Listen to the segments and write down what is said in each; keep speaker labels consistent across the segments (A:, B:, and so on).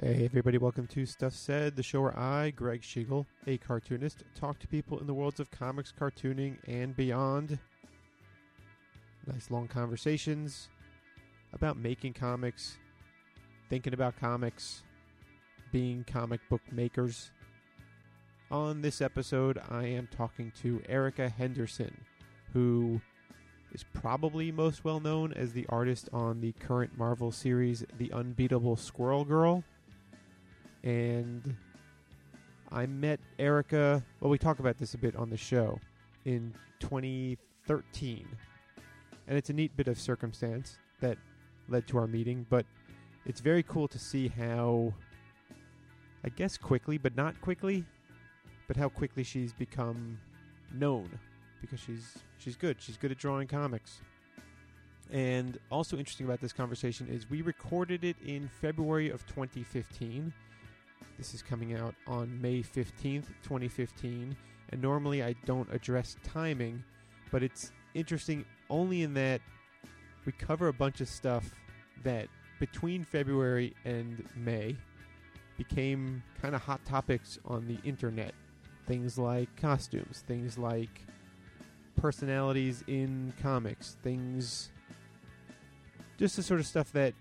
A: Hey, everybody, welcome to Stuff Said, the show where I, Greg Schiegel, a cartoonist, talk to people in the worlds of comics, cartooning, and beyond. Nice long conversations about making comics, thinking about comics, being comic book makers. On this episode, I am talking to Erica Henderson, who is probably most well known as the artist on the current Marvel series, The Unbeatable Squirrel Girl and I met Erica. Well, we talk about this a bit on the show in 2013, and it's a neat bit of circumstance that led to our meeting. But it's very cool to see how, I guess, quickly, but not quickly, but how quickly she's become known because she's she's good. She's good at drawing comics. And also interesting about this conversation is we recorded it in February of 2015. This is coming out on May 15th, 2015. And normally I don't address timing, but it's interesting only in that we cover a bunch of stuff that between February and May became kind of hot topics on the internet. Things like costumes, things like personalities in comics, things just the sort of stuff that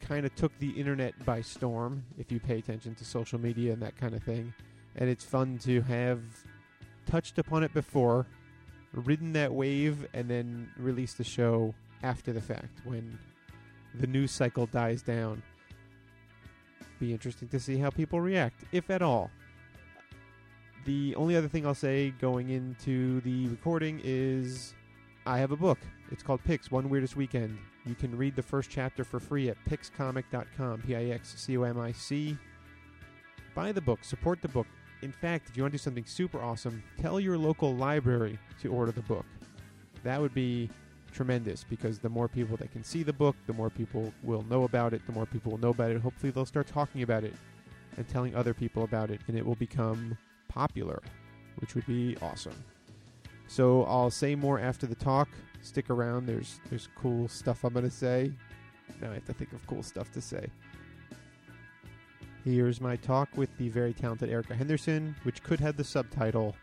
A: kind of took the internet by storm if you pay attention to social media and that kind of thing. And it's fun to have touched upon it before, ridden that wave, and then release the show after the fact when the news cycle dies down. Be interesting to see how people react, if at all. The only other thing I'll say going into the recording is I have a book. It's called Pix One Weirdest Weekend. You can read the first chapter for free at pixcomic.com, P I X C O M I C. Buy the book, support the book. In fact, if you want to do something super awesome, tell your local library to order the book. That would be tremendous because the more people that can see the book, the more people will know about it, the more people will know about it. Hopefully, they'll start talking about it and telling other people about it, and it will become popular, which would be awesome. So I'll say more after the talk. Stick around. There's there's cool stuff I'm gonna say. Now I have to think of cool stuff to say. Here's my talk with the very talented Erica Henderson, which could have the subtitle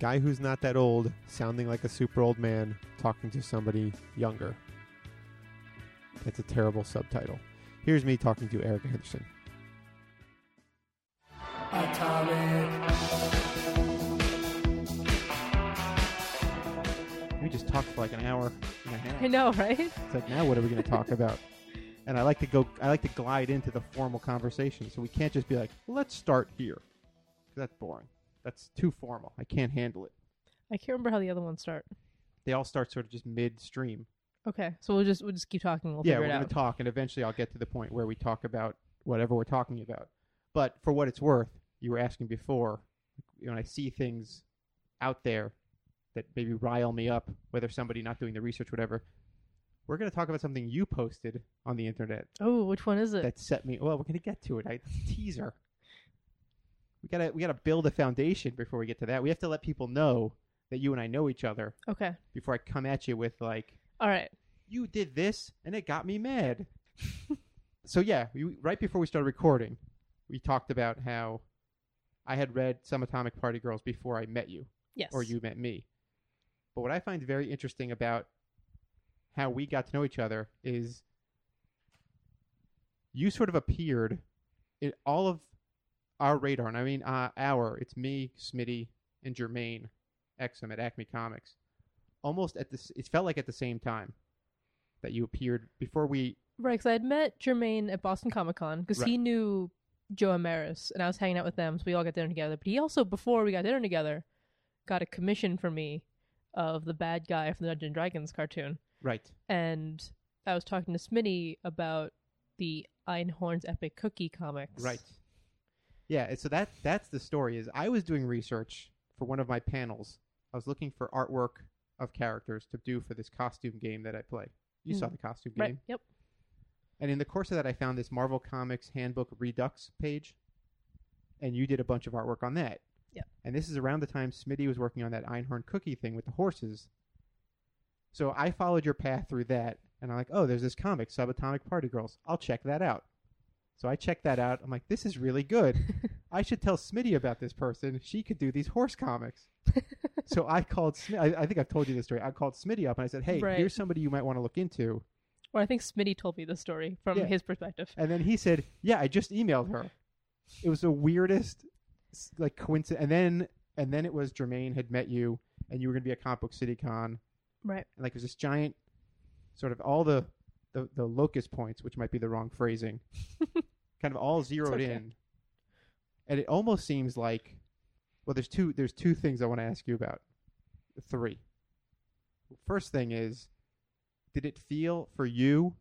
A: Guy Who's Not That Old, Sounding Like a Super Old Man, Talking to Somebody Younger. That's a terrible subtitle. Here's me talking to Erica Henderson.
B: Atomic.
A: We just talked for like an hour and a half.
C: I know, right?
A: It's like now what are we going to talk about? And I like to go. I like to glide into the formal conversation, so we can't just be like, "Let's start here," 'Cause that's boring. That's too formal. I can't handle it.
C: I can't remember how the other ones start.
A: They all start sort of just midstream.
C: Okay, so we'll just we'll just keep talking. We'll
A: yeah,
C: figure
A: we're
C: it
A: going
C: out.
A: to talk, and eventually I'll get to the point where we talk about whatever we're talking about. But for what it's worth, you were asking before you know, when I see things out there that maybe rile me up, whether somebody not doing the research, whatever. We're going to talk about something you posted on the internet
C: oh, which one is it?
A: that set me. Well, we're gonna get to it. I teaser. We gotta we gotta build a foundation before we get to that. We have to let people know that you and I know each other
C: okay,
A: before I come at you with like
C: all right.
A: you did this and it got me mad. so yeah, we, right before we started recording, we talked about how I had read some Atomic Party Girls before I met you
C: Yes.
A: or you met me. But what I find very interesting about how we got to know each other is you sort of appeared in all of our radar, and I mean uh, our. It's me, Smitty, and Jermaine Exum at Acme Comics. Almost at this, it felt like at the same time that you appeared before we.
C: Right, because I had met Jermaine at Boston Comic Con because he knew Joe Amaris, and I was hanging out with them, so we all got dinner together. But he also, before we got dinner together, got a commission for me of the bad guy from the Dungeons and Dragons cartoon,
A: Right.
C: and I was talking to Smitty about the Einhorn's Epic Cookie comics.
A: Right. Yeah, and so that that's the story is I was doing research for one of my panels. I was looking for artwork of characters to do for this costume game that I play. You saw
C: Mhm.
A: the costume game.
C: Right. Yep.
A: And in the course of that I found this Marvel Comics handbook Redux page and you did a bunch of artwork on that.
C: Yep.
A: And this is around the time Smitty was working on that Einhorn cookie thing with the horses. So I followed your path through that and I'm like, "Oh, there's this comic Subatomic Party Girls. I'll check that out." So I checked that out. I'm like, this is really good. I should tell Smitty about this person. She could do these horse comics. so I called. Smi- I, I think I've told you this story. I called Smitty up and I said, hey,
C: Right.
A: here's somebody you might want to look into.
C: Or I think Smitty told me the story from
A: Yeah.
C: his perspective.
A: And then he said, "Yeah, I just emailed her." It was the weirdest, s- like coincidence. And then, and then it was Jermaine had met you, and you were going to be at Comic Book City Con,
C: Right.
A: and like it was this giant, sort of all the, the the locus points, which might be the wrong phrasing, kind of all zeroed
C: okay.
A: in, and it almost seems like, well, there's two there's two things I want to ask you about, three. First thing is, did it feel for you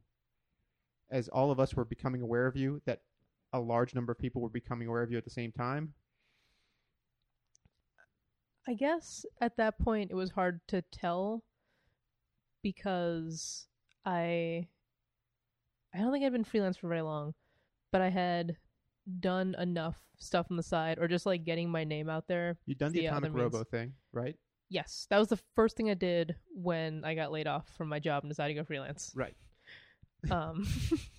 A: as all of us were becoming aware of you, that a large number of people were becoming aware of you at the same time.
C: I guess at that point it was hard to tell because I I don't think I'd been freelance for very long, but I had done enough stuff on the side or just like getting my name out there.
A: You'd done the
C: Yeah,
A: Atomic
C: other means.
A: Robo thing, right?
C: Yes, that was the first thing I did when I got laid off from my job and decided to go freelance.
A: Right.
C: Um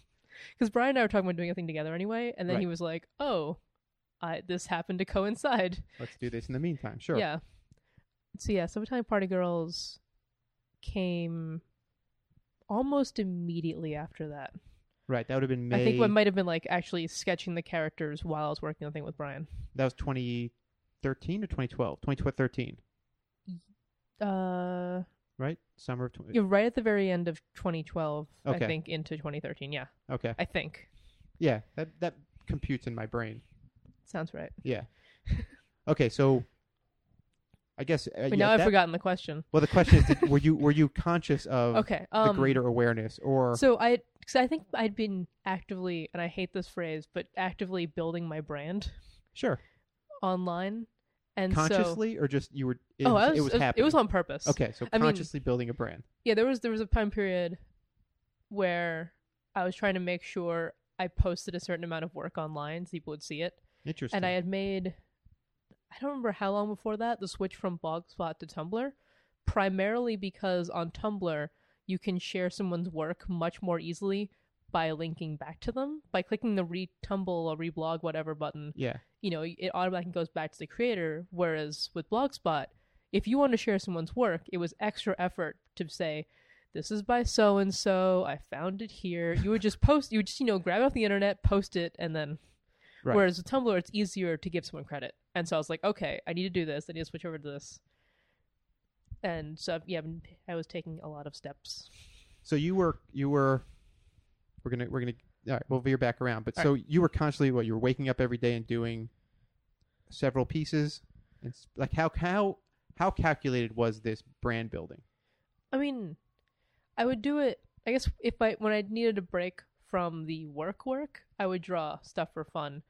C: cuz Brian and I were talking about doing a thing together anyway, and then he
A: Right.
C: was like, "Oh, I this happened to coincide."
A: Let's do this in the meantime. Sure.
C: Yeah. So yeah, Summertime Party Girls came almost immediately after that.
A: Right. That would have been May.
C: I think what might have been like actually sketching the characters while I was working on the thing with Brian.
A: that was 2013 or 2012? 2013,
C: Uh,
A: right? Summer of 20.
C: yeah, right at the very end of 2012,
A: Okay.
C: I think, into 2013. Yeah,
A: Okay.
C: I think
A: Yeah. That that computes in my brain.
C: sounds right.
A: Yeah. okay. So, I guess. Uh,
C: But
A: yeah,
C: now I've
A: that-
C: forgotten the question.
A: Well, the question is, did, were you were you conscious of
C: Okay.
A: the
C: Um,
A: greater awareness, or
C: So I, cause I think I'd been actively, and I hate this phrase, but actively building my brand
A: sure
C: online, and so
A: consciously, or just you were? It,
C: oh, I
A: it was happening.
C: it was on purpose.
A: Okay, so
C: I mean-
A: consciously building a brand.
C: yeah there was there was a time period where i was trying to make sure i posted a certain amount of work online so people would see it
A: Interesting.
C: and i had made i don't remember how long before that the switch from blogspot to tumblr primarily because on tumblr you can share someone's work much more easily by linking back to them by clicking the retumble or reblog whatever button
A: yeah,
C: you know, it automatically goes back to the creator. Whereas with Blogspot, if you want to share someone's work, it was extra effort to say, this is by so and so. I found it here. You would just post, you would just, you know, grab it off the internet, post it, and then.
A: Right.
C: Whereas with Tumblr, it's easier to give someone credit. And so I was like, okay, I need to do this. I need to switch over to this. And so, yeah, I've been- I was taking a lot of steps.
A: So you were you were we're gonna we're gonna all right, we'll veer back around. But so you were constantly what you were waking up every day and doing several pieces. It's like how how how calculated was this brand building?
C: I mean, I would do it. I guess if I when I needed a break from the work work, I would draw stuff for fun.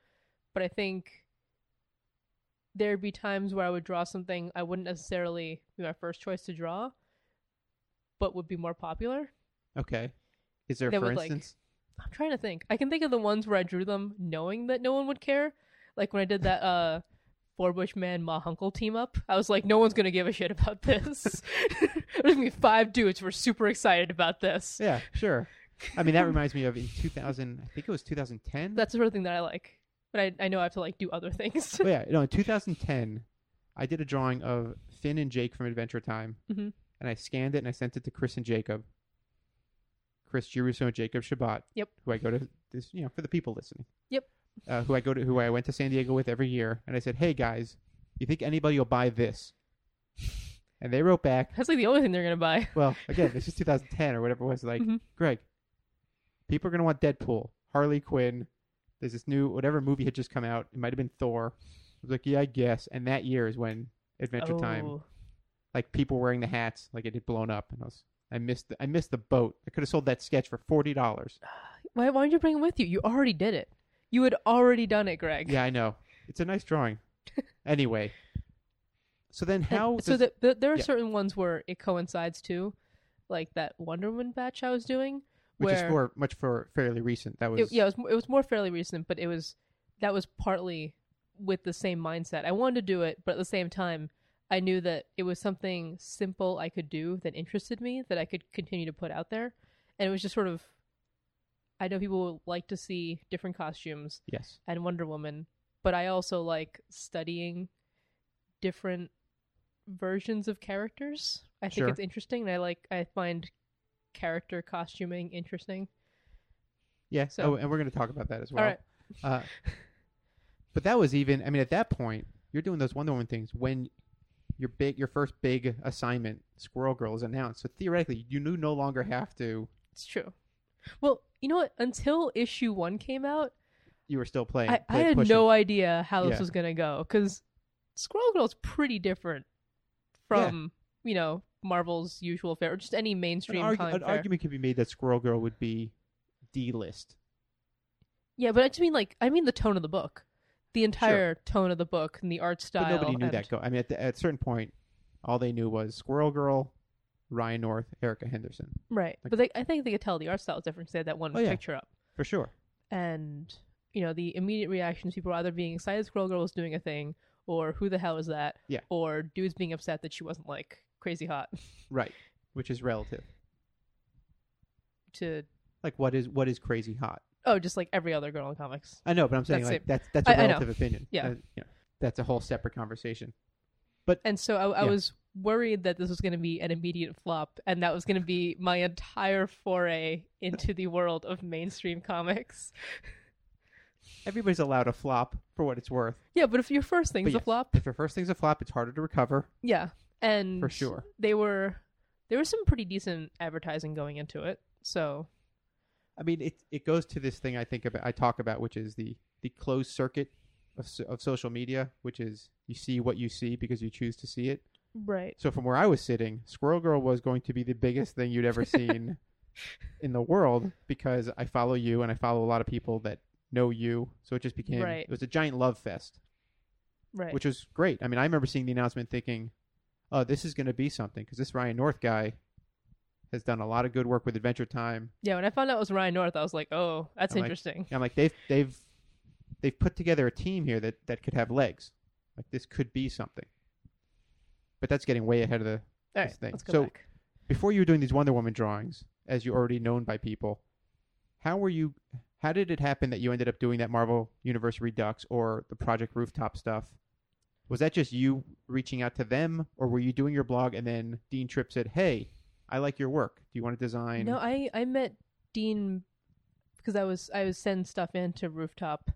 C: But I think there'd be times where I would draw something I wouldn't necessarily be my first choice to draw, but would be more popular.
A: Okay. Is there
C: That
A: for
C: would, like-
A: instance
C: I'm trying to think. I can think of the ones where I drew them knowing that no one would care. Like when I did that uh Four Bushman Ma Hunkle team up, I was like, no one's gonna give a shit about this. There's gonna be five dudes who are super excited about this.
A: Yeah, sure. I mean that reminds me of in two thousand I think it was two thousand ten.
C: That's the sort of thing that I like. But I, I know I have to like do other things.
A: oh, yeah, no, in 2010, I did a drawing of Finn and Jake from Adventure Time,
C: Mhm.
A: and I scanned it and I sent it to Chris and Jacob, Chris Giruso and Jacob Shabbat.
C: Yep.
A: Who I go to this, you know, for the people listening.
C: Yep.
A: Uh, who I go to, who I went to San Diego with every year, and I said, "Hey guys, you think anybody will buy this?" And they wrote back,
C: That's like the only thing they're gonna buy.
A: well, again, this is 2010 or whatever it was. Like,
C: Mhm.
A: Greg, people are going to want Deadpool, Harley Quinn. There's this new, whatever movie had just come out. It might have been Thor. I was like, yeah, I guess. And that year is when Adventure Time,
C: Oh.
A: like people wearing the hats, like it had blown up. And I was, I missed, the, I missed the boat. I could have sold that sketch for forty dollars.
C: Why why didn't you bring it with you? You already did it. You had already done it, Greg.
A: Yeah, I know. It's a nice drawing. anyway, so then
C: And
A: how?
C: so
A: does-
C: that the, there are
A: yeah.
C: certain ones where it coincides too, like that Wonder Woman batch I was doing.
A: which is
C: where-
A: for much for fairly recent. That was
C: It, yeah, it was mo- it was more fairly recent, but it was that was partly with the same mindset. I wanted to do it, but at the same time, I knew that it was something simple I could do that interested me that I could continue to put out there, and it was just sort of I know people would like to see different costumes
A: Yes.
C: and Wonder Woman, but I also like studying different versions of characters. I think
A: Sure.
C: it's interesting, and I like I find character costuming interesting.
A: Yeah.
C: So-
A: oh, and we're going to talk about that as well.
C: All right,
A: Uh, but that was even. I mean, at that point, you're doing those Wonder Woman things when your big, your first big assignment, Squirrel Girl, is announced. So theoretically, you do no longer have to.
C: it's true. Well, you know what? Until issue one came out,
A: You were still playing.
C: I, I
A: play-
C: had
A: pushing.
C: no idea how this
A: Yeah.
C: was gonna go because Squirrel Girl's pretty different
A: Yeah.
C: from you know Marvel's usual fare or just any
A: An,
C: mainstream
A: argu-
C: comic
A: an
C: fare.
A: argument could be made that Squirrel Girl would be D-list.
C: Yeah, but I just mean like I mean the tone of the book, the entire tone of the book and the art style.
A: But nobody knew
C: and-
A: that. Go. I mean, at, the, at a certain point, all they knew was Squirrel Girl, Ryan North, Erica Henderson,
C: right?
A: Like-
C: but they, I think they could tell the art style was different. 'cause They had that one
A: Oh, yeah.
C: picture up,
A: for sure.
C: and you know the immediate reactions. People were either being excited Squirrel Girl was doing a thing, or who the hell is that?
A: Yeah.
C: Or dudes being upset that she wasn't like crazy hot
A: Right. Which is relative.
C: to
A: Like, what is what is crazy hot?
C: oh, just like every other girl in comics.
A: I know, but I'm saying
C: That's
A: like
C: it.
A: that's that's a
C: I- I know.
A: relative opinion.
C: Yeah.
A: That- you know, that's a whole separate conversation.
C: And so I, I
A: Yeah.
C: was worried that this was going to be an immediate flop, and that was going to be my entire foray into the world of mainstream comics.
A: Everybody's allowed a flop for what it's worth.
C: Yeah, but if your first thing's
A: But
C: a
A: yes,
C: flop,
A: If your first thing's a flop, it's harder to recover
C: yeah, and
A: for sure.
C: they were there was some pretty decent advertising going into it. So
A: I mean, it it goes to this thing I think about. I talk about which is the the closed circuit of so- of social media, which is you see what you see because you choose to see it.
C: right,
A: So from where I was sitting, Squirrel Girl was going to be the biggest thing you'd ever seen in the world because I follow you and I follow a lot of people that know you. So it just became
C: Right.
A: it was a giant love fest.
C: right,
A: which was great. I mean, I remember seeing the announcement thinking, "Oh, this is going to be something," because this Ryan North guy has done a lot of good work with Adventure Time.
C: yeah. When I found out it was Ryan North, I was like, oh, that's
A: I'm like-
C: interesting.
A: And I'm like, they've they've they've put together a team here that that could have legs. Like this could be something. But that's getting way ahead of the.
C: All
A: this
C: right,
A: thing.
C: let's go
A: So-
C: back.
A: Before you were doing these Wonder Woman drawings, as you already known by people, how were you? How did it happen that you ended up doing that Marvel Universe Redux or the Project Rooftop stuff? Was that just you reaching out to them, or were you doing your blog and then Dean Tripp said, "Hey, I like your work. Do you want to design?"
C: No, I I met Dean because I was I was sending stuff into Rooftop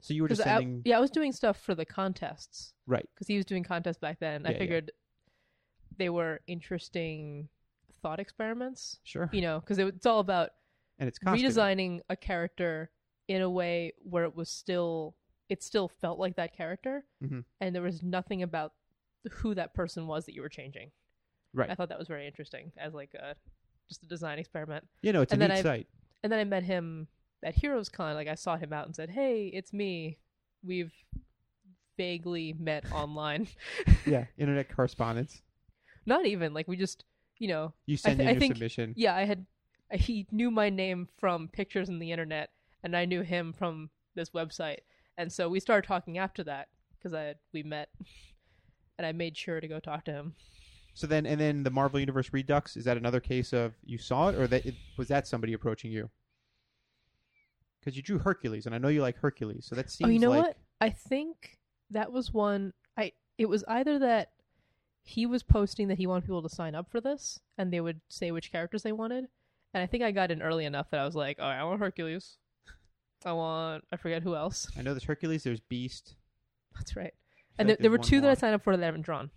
A: so you were just
C: Because I-
A: sending,
C: yeah, I was doing stuff for the contests.
A: Right.
C: Because he was doing contests back then.
A: Yeah,
C: I
A: yeah.
C: figured they were interesting thought experiments,
A: sure,
C: you know, because it's all about
A: and it's costume.
C: redesigning a character in a way where it was still, it still felt like that character.
A: Mhm.
C: And there was nothing about who that person was that you were changing.
A: Right.
C: I thought that was very interesting as like a, just a design experiment.
A: You know, it's a
C: and
A: neat
C: then I-
A: site.
C: And then I met him at Heroes Con. Like I sought him out and said, "Hey, it's me. We've vaguely met online.
A: Yeah, internet correspondence.
C: Not even like we just, you know,
A: You
C: I
A: send
C: th-
A: in
C: I
A: your
C: think-
A: submission.
C: yeah. I had he knew my name from pictures in the internet, and I knew him from this website. And so we started talking after that because I we met, and I made sure to go talk to him.
A: So then, and then the Marvel Universe Redux is that another case of you saw it, or that it, was that somebody approaching you? Because you drew Hercules, and I know you like Hercules, so that seems
C: oh, you know
A: like
C: what? I think that was one. I it was either that he was posting that he wanted people to sign up for this, and they would say which characters they wanted. And I think I got in early enough that I was like, "All right, I want Hercules. I want I forget who else.
A: I know there's Hercules, there's Beast,
C: That's right."
A: I feel
C: And
A: like
C: there, there were
A: there's
C: two
A: one
C: that I
A: more. Oh.
C: signed up for that I haven't drawn.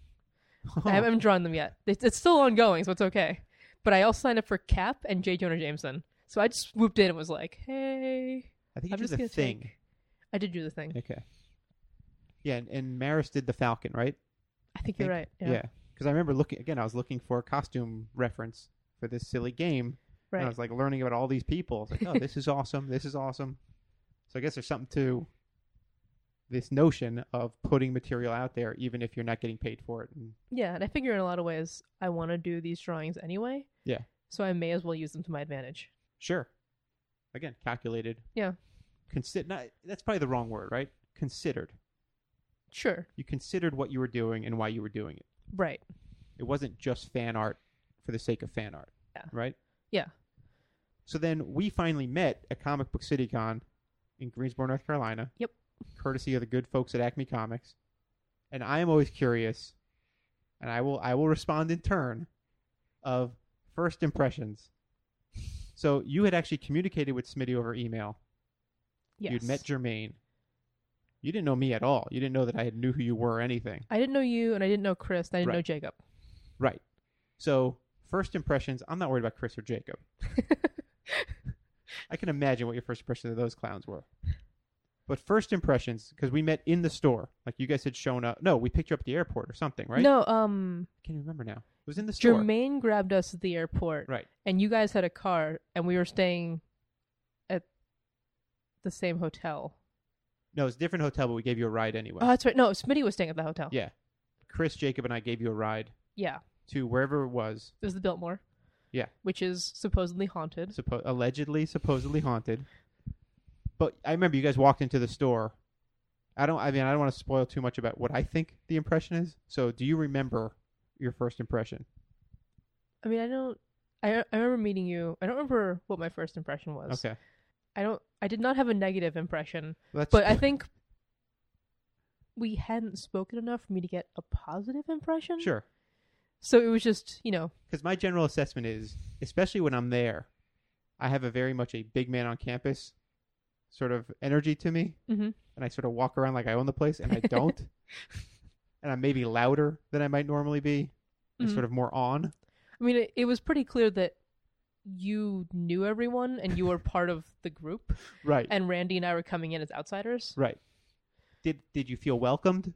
C: I haven't drawn them yet. It's, it's still ongoing, so it's okay. But I also signed up for Cap and J. Jonah Jameson. So I just swooped in and was like, "Hey,
A: I think you
C: I'm
A: drew
C: just
A: the
C: gonna
A: Thing.
C: take- I did do the thing.
A: Okay. Yeah, and, and Maris did the Falcon, right?
C: I think you're right. Yeah,
A: Because I remember looking again. I was looking for a costume reference for this silly game,
C: right.
A: and I was like learning about all these people. It's like, oh, this is awesome. This is awesome. So I guess there's something to this notion of putting material out there, even if you're not getting paid for it. And
C: Yeah, and I figure in a lot of ways I want to do these drawings anyway.
A: Yeah.
C: So I may as well use them to my advantage.
A: sure, again, calculated.
C: Yeah.
A: Consider. Not, that's probably the wrong word, right? Considered.
C: Sure.
A: You considered what you were doing and why you were doing it.
C: Right.
A: It wasn't just fan art for the sake of fan art.
C: Yeah.
A: Right.
C: Yeah.
A: So then we finally met at Comic Book City Con in Greensboro, North Carolina.
C: Yep.
A: Courtesy of the good folks at Acme Comics. And I am always curious, and I will I will respond in turn of first impressions. So you had actually communicated with Smitty over email.
C: Yes.
A: You'd met Jermaine. You didn't know me at all. You didn't know that I had knew who you were or anything.
C: I didn't know you, and I didn't know Chris, and I didn't know
A: Right.
C: Jacob.
A: Right. So first impressions, I'm not worried about Chris or Jacob. I can imagine what your first impressions of those clowns were. But first impressions, because we met in the store. Like you guys had shown up. No, we picked you up at the airport or something, right?
C: No, um,
A: I can't remember now. It was in the store.
C: Jermaine grabbed us at the airport,
A: Right.
C: and you guys had a car, and we were staying at the same hotel.
A: No, it's a different hotel, but we gave you a ride anyway.
C: Oh, that's right. No, Smitty was staying at the hotel.
A: yeah. Chris, Jacob, and I gave you a ride
C: Yeah.
A: to wherever it was,
C: It was the Biltmore.
A: Yeah.
C: Which is supposedly haunted.
A: suppo- allegedly, supposedly haunted. But I remember you guys walked into the store. I don't. I mean, I don't want to spoil too much about what I think the impression is. So, do you remember your first impression?
C: I mean, I don't. I, I remember meeting you. I don't remember what my first impression was.
A: Okay,
C: I don't. I did not have a negative impression,
A: Well, that's
C: but I think we hadn't spoken enough for me to get a positive impression.
A: sure.
C: So it was just, you know,
A: because my general assessment is, especially when I'm there, I have a very much a big man on campus sort of energy to me,
C: Mhm.
A: and I sort of walk around like I own the place, and I don't, and I'm maybe louder than I might normally be, and
C: Mhm.
A: sort of more on.
C: I mean, it, it was pretty clear that you knew everyone and you were part of the group,
A: Right,
C: and Randy and I were coming in as outsiders.
A: right. Did did you feel welcomed?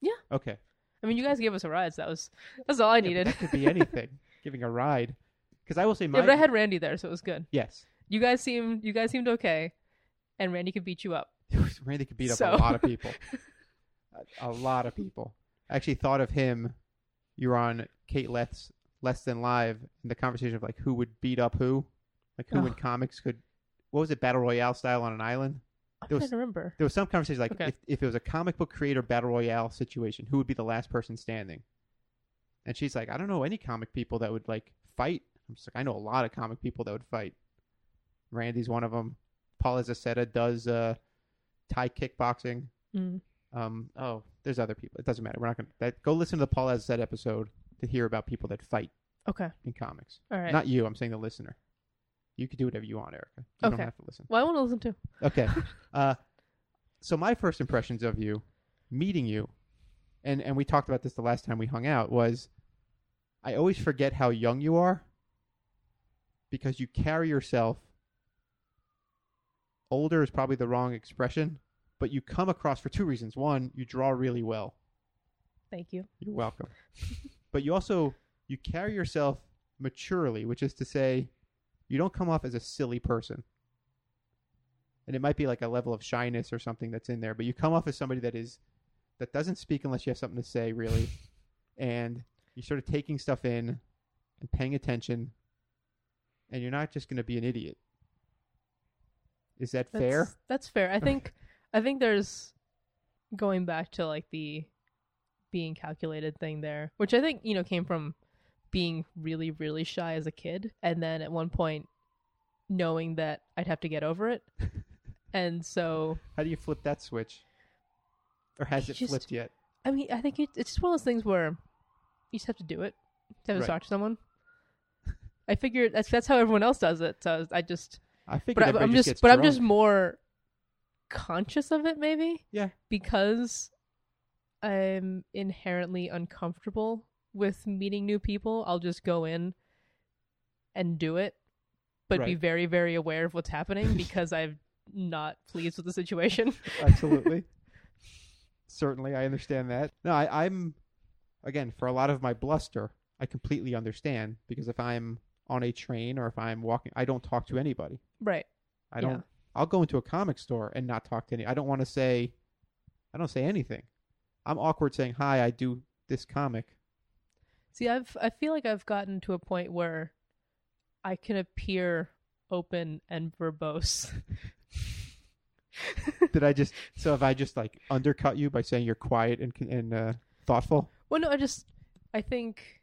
C: Yeah.
A: Okay.
C: I mean, you guys gave us a ride. So that was that's all I
A: Yeah, but
C: needed.
A: that could be anything. Giving a ride, because I will say my
C: yeah, but I had Randy there, so it was good.
A: yes.
C: You guys seemed you guys seemed okay, and Randy could beat you up.
A: Randy could beat up
C: So-
A: a lot of people. a, a lot of people. I actually thought of him. You're on Kate Leth's Less Than Live, and the conversation of like who would beat up who, like who in
C: Oh.
A: comics could. What was it, battle royale style on an island?
C: I'm
A: There
C: trying
A: was-
C: to remember.
A: There was some conversation like
C: Okay.
A: if, if it was a comic book creator battle royale situation, who would be the last person standing? And she's like, I don't know any comic people that would like fight. I'm just like, I know a lot of comic people that would fight. Randy's one of them. Paul Azaceta does uh, Thai kickboxing.
C: Mm.
A: Um, oh, there's other people. It doesn't matter. We're not gonna that, go listen to the Paul Azazet episode to hear about people that fight
C: Okay,
A: in comics.
C: all right.
A: Not you. I'm saying the listener. You can do whatever you want, Erica. You don't
C: Okay.
A: have to listen.
C: well, I want to listen to.
A: Okay. uh, so my first impressions of you, meeting you, and and we talked about this the last time we hung out was, I always forget how young you are. Because you carry yourself. Older is probably the wrong expression, but you come across for two reasons. One, you draw really well.
C: Thank you.
A: You're welcome. but you also you carry yourself maturely, which is to say, you don't come off as a silly person. And it might be like a level of shyness or something that's in there, but you come off as somebody that is that doesn't speak unless you have something to say, really. and you're sort of taking stuff in and paying attention. And you're not just going to be an idiot. Is that
C: That's,
A: fair?
C: That's fair. I think. I think there's going back to like the being calculated thing there, which I think you know came from being really really shy as a kid, and then at one point knowing that I'd have to get over it, and so
A: How do you flip that switch? Or has
C: You
A: it
C: just-
A: flipped yet?
C: I mean, I think it, it's just one of those things where you just have to do it. You have to
A: Right.
C: talk to someone. I figure that's that's how everyone else does it. So I was- I just,
A: I
C: but
A: figured
C: I,
A: everybody
C: am just,
A: gets
C: but I'm
A: drunk.
C: just more conscious of it, maybe.
A: Yeah.
C: Because I'm inherently uncomfortable with meeting new people. I'll just go in and do it, but be
A: Right.
C: very, very aware of what's happening because I'm not pleased with the situation.
A: Absolutely. Certainly, I understand that. No, I, I'm again for a lot of my bluster, I completely understand because if I'm on a train or if I'm walking, I don't talk to anybody.
C: right.
A: I
C: Yeah.
A: don't. I'll go into a comic store and not talk to any. I don't want to say. I don't say anything. I'm awkward saying hi. I do this comic.
C: See, I've I feel like I've gotten to a point where I can appear open and verbose.
A: Did I just? So if I just like undercut you by saying you're quiet and and uh, thoughtful,
C: well, no, I just I think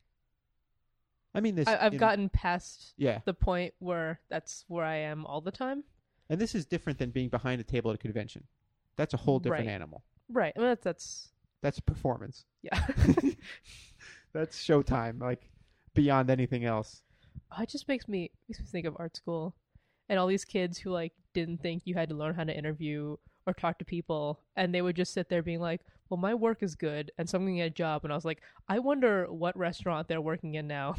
A: I I mean, this.
C: I, I've
A: you know-
C: gotten past
A: Yeah,
C: the point where that's where I am all the time.
A: and this is different than being behind a table at a convention. That's a whole different
C: Right.
A: animal.
C: Right. I mean, that's that's
A: That's performance.
C: yeah.
A: That's showtime. Like beyond anything else.
C: Oh, it just makes me makes me think of art school and all these kids who like didn't think you had to learn how to interview or talk to people and they would just sit there being like well my work is good and so i'm gonna get a job and i was like i wonder what restaurant they're working in now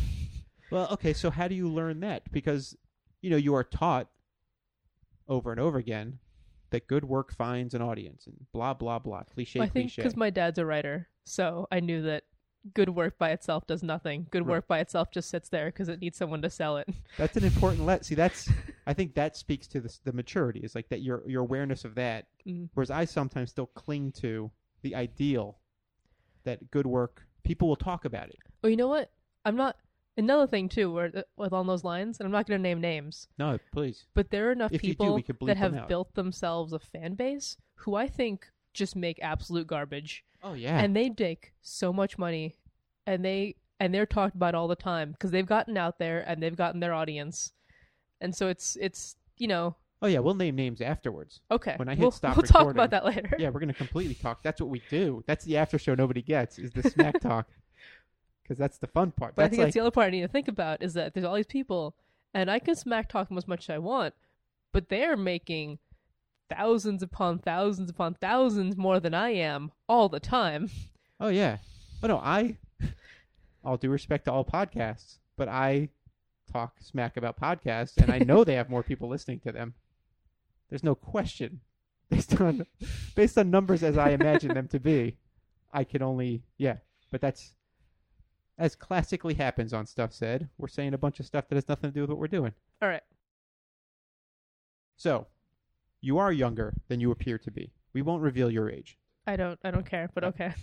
A: Well, okay, so how do you learn that? Because you know, you are taught over and over again that good work finds an audience and blah blah blah. Cliche
C: i think
A: cliche.
C: because my dad's a writer so i knew that good work by itself does nothing good
A: Right.
C: work by itself just sits there because it needs someone to sell it
A: That's an important let. See, that's I think that speaks to this, the maturity. Is like that your your awareness of that.
C: Mm.
A: Whereas I sometimes still cling to the ideal that good work people will talk about it.
C: oh you know what i'm not another thing too where uh, with on those lines and i'm not gonna name names
A: No, please.
C: but there are enough
A: If you do,
C: people
A: we could bleep
C: that
A: them
C: have
A: out.
C: built themselves a fan base who I think just make absolute garbage,
A: Oh yeah.
C: and they make so much money, and they and they're talked about all the time because they've gotten out there and they've gotten their audience, and so it's it's you know
A: oh yeah. We'll name names afterwards.
C: okay.
A: When I hit
C: we'll,
A: stop
C: we'll talk
A: recording-
C: about that later.
A: Yeah, we're gonna completely talk. That's what we do. That's the after show nobody gets is the smack talk. Because that's the fun part.
C: But I
A: that's
C: think
A: like,
C: that's the other part I need to think about is that there's all these people, and I can smack talk them as much as I want, but they're making thousands upon thousands upon thousands more than I am all the time.
A: Oh yeah. Oh no, I all due respect to all podcasts, but I talk smack about podcasts and I know they have more people listening to them. There's no question. Based on based on numbers as I imagine them to be, I can only yeah. But that's as classically happens on stuff said, we're saying a bunch of stuff that has nothing to do with what we're doing.
C: All right.
A: So you are younger than you appear to be. We won't reveal your age.
C: I don't I don't care, but
A: Yeah.
C: okay.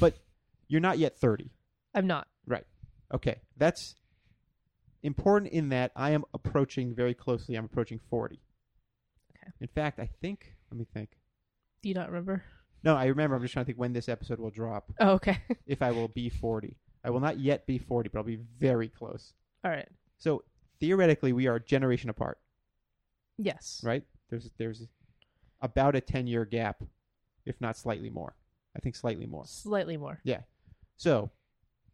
A: But you're not yet thirty.
C: I'm not.
A: Okay, that's important in that I am approaching very closely. I'm approaching 40.
C: Okay.
A: In fact, I think, let me think.
C: Do you not remember?
A: No, I remember. I'm just trying to think when this episode will drop,
C: Oh, okay.
A: if I will be 40. I will not yet be 40, but I'll be very close.
C: All right.
A: So theoretically, we are a generation apart,
C: Yes.
A: right? There's, there's about a 10 year gap, if not slightly more. I think slightly more.
C: Slightly more.
A: So,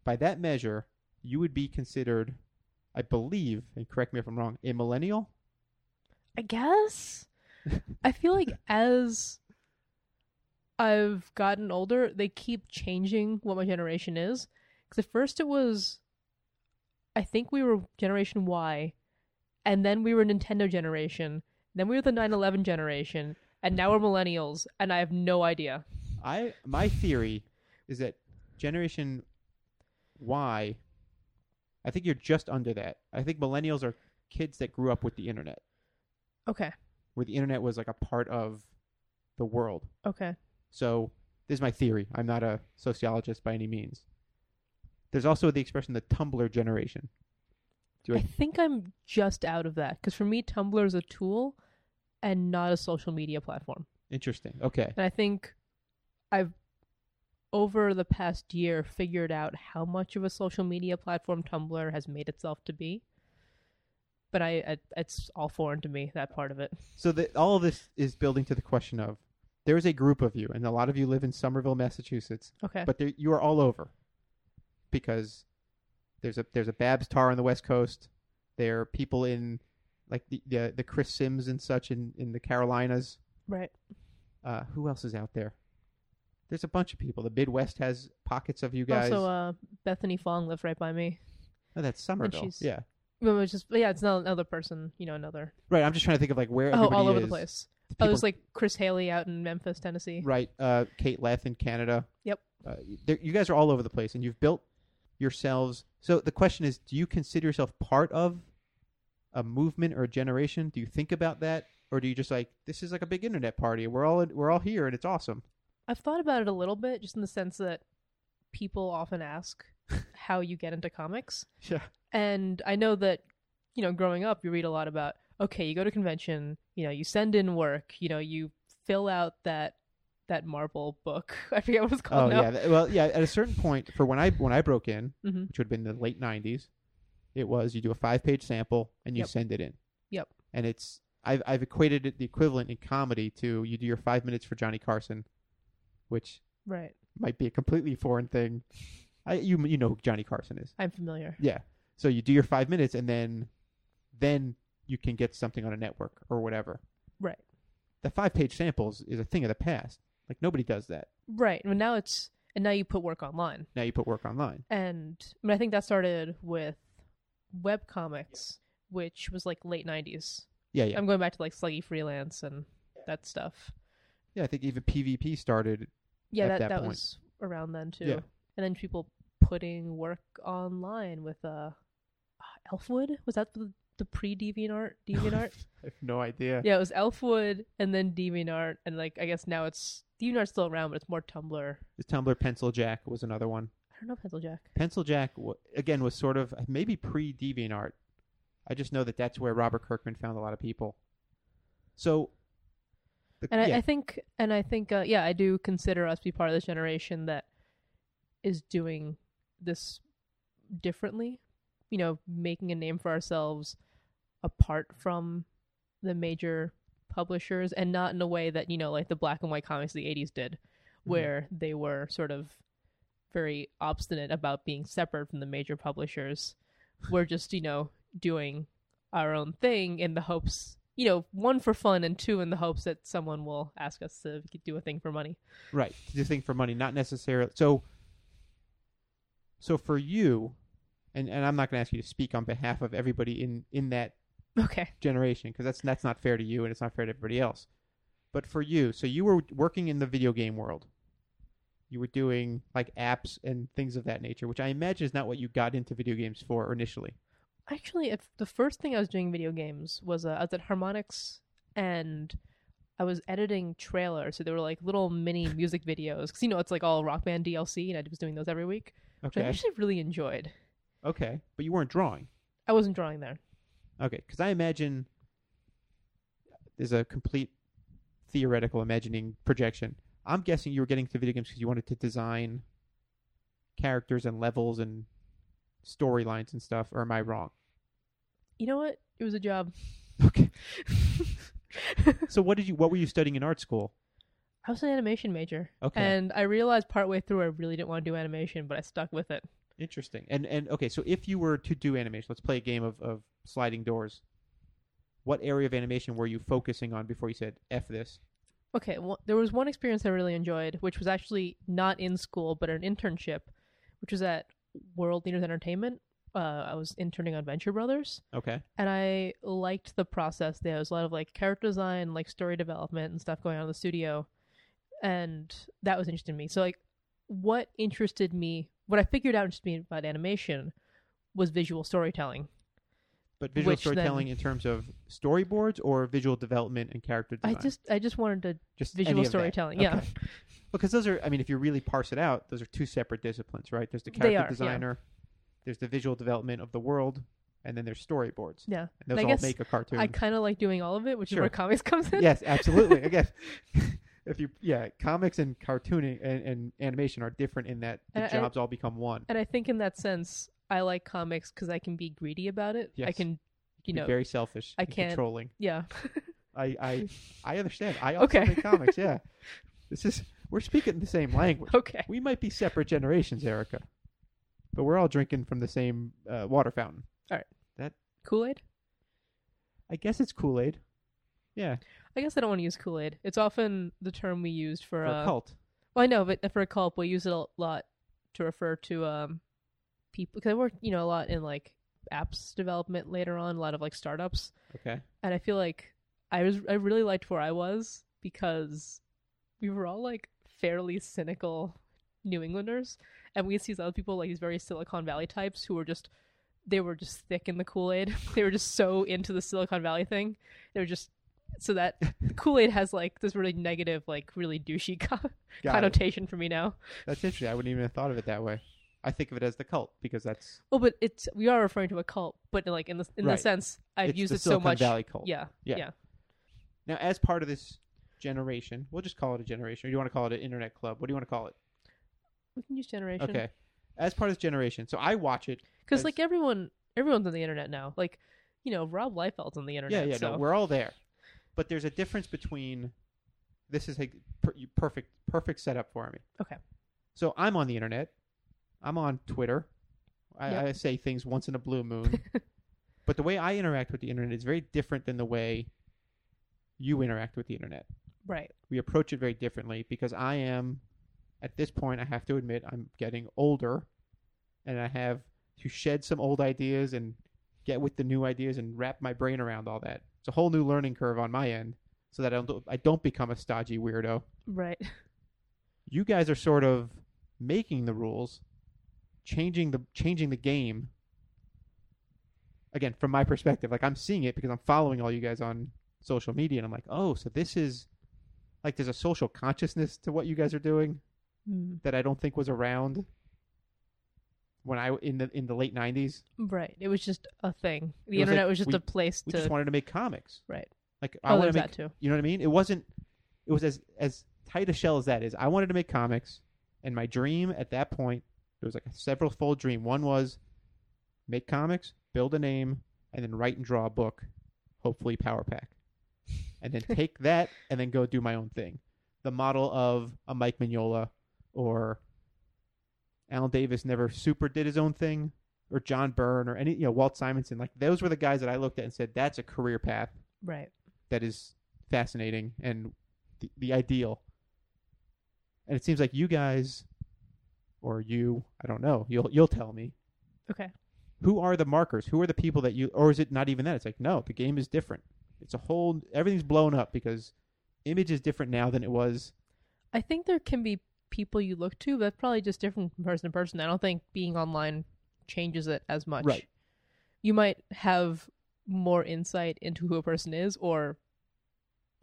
A: by that measure, you would be considered, I believe, and correct me if I'm wrong, a millennial?
C: I guess. I feel like as I've gotten older, they keep changing what my generation is. Because at first it was, I think we were Generation Y, and then we were Nintendo generation, then we were the 9/11 generation, and now we're millennials, and I have no idea.
A: I my theory is that Generation Y. I think you're just under that. I think millennials are kids that grew up with the internet,
C: Okay.
A: where the internet was like a part of the world.
C: Okay.
A: So this is my theory. I'm not a sociologist by any means. There's also the expression the Tumblr generation. Do
C: I
A: I,
C: think I'm just out of that because for me, Tumblr is a tool and not a social media platform.
A: interesting. Okay.
C: And I think I've over the past year figured out how much of a social media platform Tumblr has made itself to be. But I, I it's all foreign to me that part of it.
A: So the, all of this is building to the question of there is a group of you, and a lot of you live in Somerville, Massachusetts.
C: Okay.
A: but there, you are all over because there's a there's a Babs Tar on the West Coast. There are people in like the the, the Chris Sims and such in in the Carolinas.
C: right.
A: Uh, who else is out there? There's a bunch of people. The Midwest has pockets of you guys.
C: Also, uh, Bethany Fong lives right by me.
A: oh, that's Somerville.
C: she's-
A: Yeah,
C: But it was just but yeah, it's not another person, you know, another
A: right. I'm just trying to think of like where
C: oh,
A: everybody
C: all over the
A: is.
C: place.
A: People-
C: oh, there's like Chris Haley out in Memphis, Tennessee.
A: right. Uh, Kate Leth in Canada.
C: Yep.
A: Uh, there, you guys are all over the place, and you've built yourselves. So the question is, do you consider yourself part of a movement or a generation? Do you think about that, or do you just like this is like a big internet party? We're all we're all here, and it's awesome.
C: I've thought about it a little bit, just in the sense that people often ask how you get into comics.
A: Yeah.
C: And I know that, you know, growing up, you read a lot about, okay, you go to convention, you know, you send in work, you know, you fill out that that Marvel book. I forget what it's
A: Oh
C: called now.
A: yeah. Th- Well yeah. At a certain point, for when I when I broke in,
C: Mhm.
A: which would have been the late '90s, It was you do a five page sample and you
C: Yep.
A: send it in.
C: Yep.
A: And it's I've I've equated it the equivalent in comedy to you do your five minutes for Johnny Carson, which
C: Right.
A: might be a completely foreign thing. I you you know who Johnny Carson is.
C: I'm familiar.
A: Yeah. So you do your five minutes and then then you can get something on a network or whatever.
C: Right.
A: The five page samples is a thing of the past. Like nobody does that.
C: Right. But now it's and now you put work online.
A: Now you put work online.
C: and I, mean, I think that started with web comics, which was like late '90s.
A: Yeah, yeah.
C: I'm going back to like Sluggy Freelance and that stuff.
A: yeah, I think even PvP started
C: Yeah,
A: At
C: that
A: that
C: that,
A: point.
C: was around then too.
A: Yeah.
C: And then people putting work online with uh, Elfwood. Was that the, the pre DeviantArt? DeviantArt.
A: I have no idea.
C: yeah, it was Elfwood, and then DeviantArt, and like I guess now it's DeviantArt's still around, but it's more Tumblr.
A: The Tumblr Pencil Jack was another one.
C: I don't know Pencil Jack.
A: Pencil Jack wa again was sort of maybe pre DeviantArt. I just know that that's where Robert Kirkman found a lot of people. So, the,
C: And I,
A: yeah,
C: I think, and I think, uh, yeah, I do consider us to be part of this generation that is doing this differently. You know, making a name for ourselves apart from the major publishers, and not in a way that you know, like the black and white comics of the '80s did, where they were sort of very obstinate about being separate from the major publishers. We're just, you know, doing our own thing in the hopes, you know, one for fun and two in the hopes that someone will ask us to do a thing for money.
A: right to do thing for money, not necessarily. So, so for you, and and I'm not going to ask you to speak on behalf of everybody in in that
C: Okay.
A: generation because that's that's not fair to you and it's not fair to everybody else. But for you, so you were working in the video game world. You were doing like apps and things of that nature, which I imagine is not what you got into video games for initially.
C: Actually, if the first thing I was doing video games was uh, I was at Harmonix and I was editing trailers. So they were like little mini music videos. Because, you know, it's like all Rock Band DLC, and I was doing those every week, which I
A: Okay.
C: actually really enjoyed.
A: Okay. But you weren't drawing.
C: I wasn't drawing there.
A: Okay. Because I imagine there's a complete theoretical imagining projection. I'm guessing you were getting into video games because you wanted to design characters and levels and storylines and stuff, or am I wrong?
C: You know what? It was a job.
A: Okay. So what did you what were you studying in art school?
C: I was an animation major.
A: Okay.
C: And I realized partway through I really didn't want to do animation, but I stuck with it.
A: Interesting. And and okay, so if you were to do animation, let's play a game of, of sliding doors. What area of animation were you focusing on before you said F this?
C: Okay, well, there was one experience I really enjoyed, which was actually not in school, but an internship, which was at World Leaders Entertainment. Uh, I was interning on Venture Brothers,
A: Okay.
C: and I liked the process there. There was a lot of like character design, like story development, and stuff going on in the studio, and that was interesting to me. So, like, what interested me, what I figured out interested me about animation was visual storytelling.
A: But visual
C: Which then-
A: storytelling in terms of storyboards or visual development and character
C: I
A: design?
C: just, I just wanted to
A: just
C: visual
A: any of that.
C: storytelling,
A: Okay.
C: yeah.
A: Because those are I mean, if you really parse it out, those are two separate disciplines, right? There's the
C: They
A: character
C: are, yeah.
A: designer, there's the visual development of the world, and then there's storyboards.
C: Yeah.
A: And those
C: I
A: all
C: guess
A: make a cartoon.
C: I kind of like doing all of it, which
A: Sure.
C: is where comics comes in.
A: yes, absolutely. I guess if you yeah, comics and cartooning and, and animation are different in that the
C: And I-
A: jobs all become one.
C: And I think in that sense, I like comics because I can be greedy about it. I
A: Yes.
C: can,
A: Be
C: you know,
A: very selfish.
C: I
A: and
C: can't-
A: controlling.
C: yeah.
A: I I I understand. I also
C: Okay.
A: read comics. Yeah, this is we're speaking the same language.
C: Okay.
A: We might be separate generations, Erica, but we're all drinking from the same uh, water fountain.
C: Kool Aid?
A: I guess it's Kool Aid. Yeah,
C: I guess I don't want to use Kool Aid. It's often the term we used for,
A: for
C: uh,
A: a cult.
C: Well, I know, but for a cult, we use it a lot to refer to um people because I worked, you know, a lot in like apps development later on, a lot of like startups,
A: Okay.
C: and I feel like I was I really liked where I was because we were all like fairly cynical New Englanders, and we see other people like these very Silicon Valley types who were just they were just thick in the Kool Aid. they were just so into the Silicon Valley thing. They were just so that Kool Aid has like this really negative, like really douchey co-
A: Got it.
C: connotation for me now.
A: That's interesting. I wouldn't even have thought of it that way. I think of it as the cult because that's
C: Oh, but it's we are referring to a cult, but like in the in
A: Right.
C: the sense I've
A: it's
C: used
A: the
C: it
A: Silicon
C: so much.
A: Valley cult.
C: Yeah,
A: Yeah.
C: yeah,
A: Now, as part of this generation, we'll just call it a generation. Or do you want to call it an internet club? What do you want to call it?
C: We can use generation.
A: Okay. As part of this generation, so I watch it.
C: because
A: As-
C: like everyone everyone's on the internet now. Like, you know, Rob Liefeld's on the
A: yeah,
C: internet.
A: yeah,
C: so.
A: no, we're all there. But there's a difference between this is a per, you- perfect perfect setup for me.
C: Okay.
A: So I'm on the internet. I'm on Twitter. I,
C: Yep.
A: I say things once in a blue moon. but the way I interact with the internet is very different than the way you interact with the internet.
C: right.
A: We approach it very differently because I am at this point I have to admit I'm getting older and I have to shed some old ideas and get with the new ideas and wrap my brain around all that. It's a whole new learning curve on my end so that I don't I don't become a stodgy weirdo.
C: Right.
A: You guys are sort of making the rules, changing the changing the game. Again, from my perspective, like I'm seeing it because I'm following all you guys on social media and I'm like, "Oh, so this is like there's a social consciousness to what you guys are doing."
C: Mm,
A: that I don't think was around when I in the in the late nineties.
C: Right. It was just a thing. The
A: It was
C: internet
A: like,
C: was just
A: we-
C: a place
A: We
C: to.
A: just wanted to make comics,
C: Right.
A: Like I
C: oh,
A: want
C: there's
A: to make,
C: that too.
A: you know what I mean? It wasn't. It was as as tight a shell as that is. I wanted to make comics, and my dream at that point there was like a several fold dream. One was make comics, build a name, and then write and draw a book, hopefully Power Pack, and then take that and then go do my own thing. The model of a Mike Mignola or Alan Davis never super did his own thing, or John Byrne or any you know Walt Simonson. Like those were the guys that I looked at and said that's a career path
C: Right.
A: that is fascinating and the, the ideal. And it seems like you guys, or you, I don't know, you'll you'll tell me
C: Okay.
A: who are the markers, who are the people that you, or is it not even that? It's like no, the game is different. It's a whole everything's blown up because image is different now than it was.
C: I think there can be people you look to, but that's probably just different from person to person. I don't think being online changes it as much.
A: Right.
C: You might have more insight into who a person is, or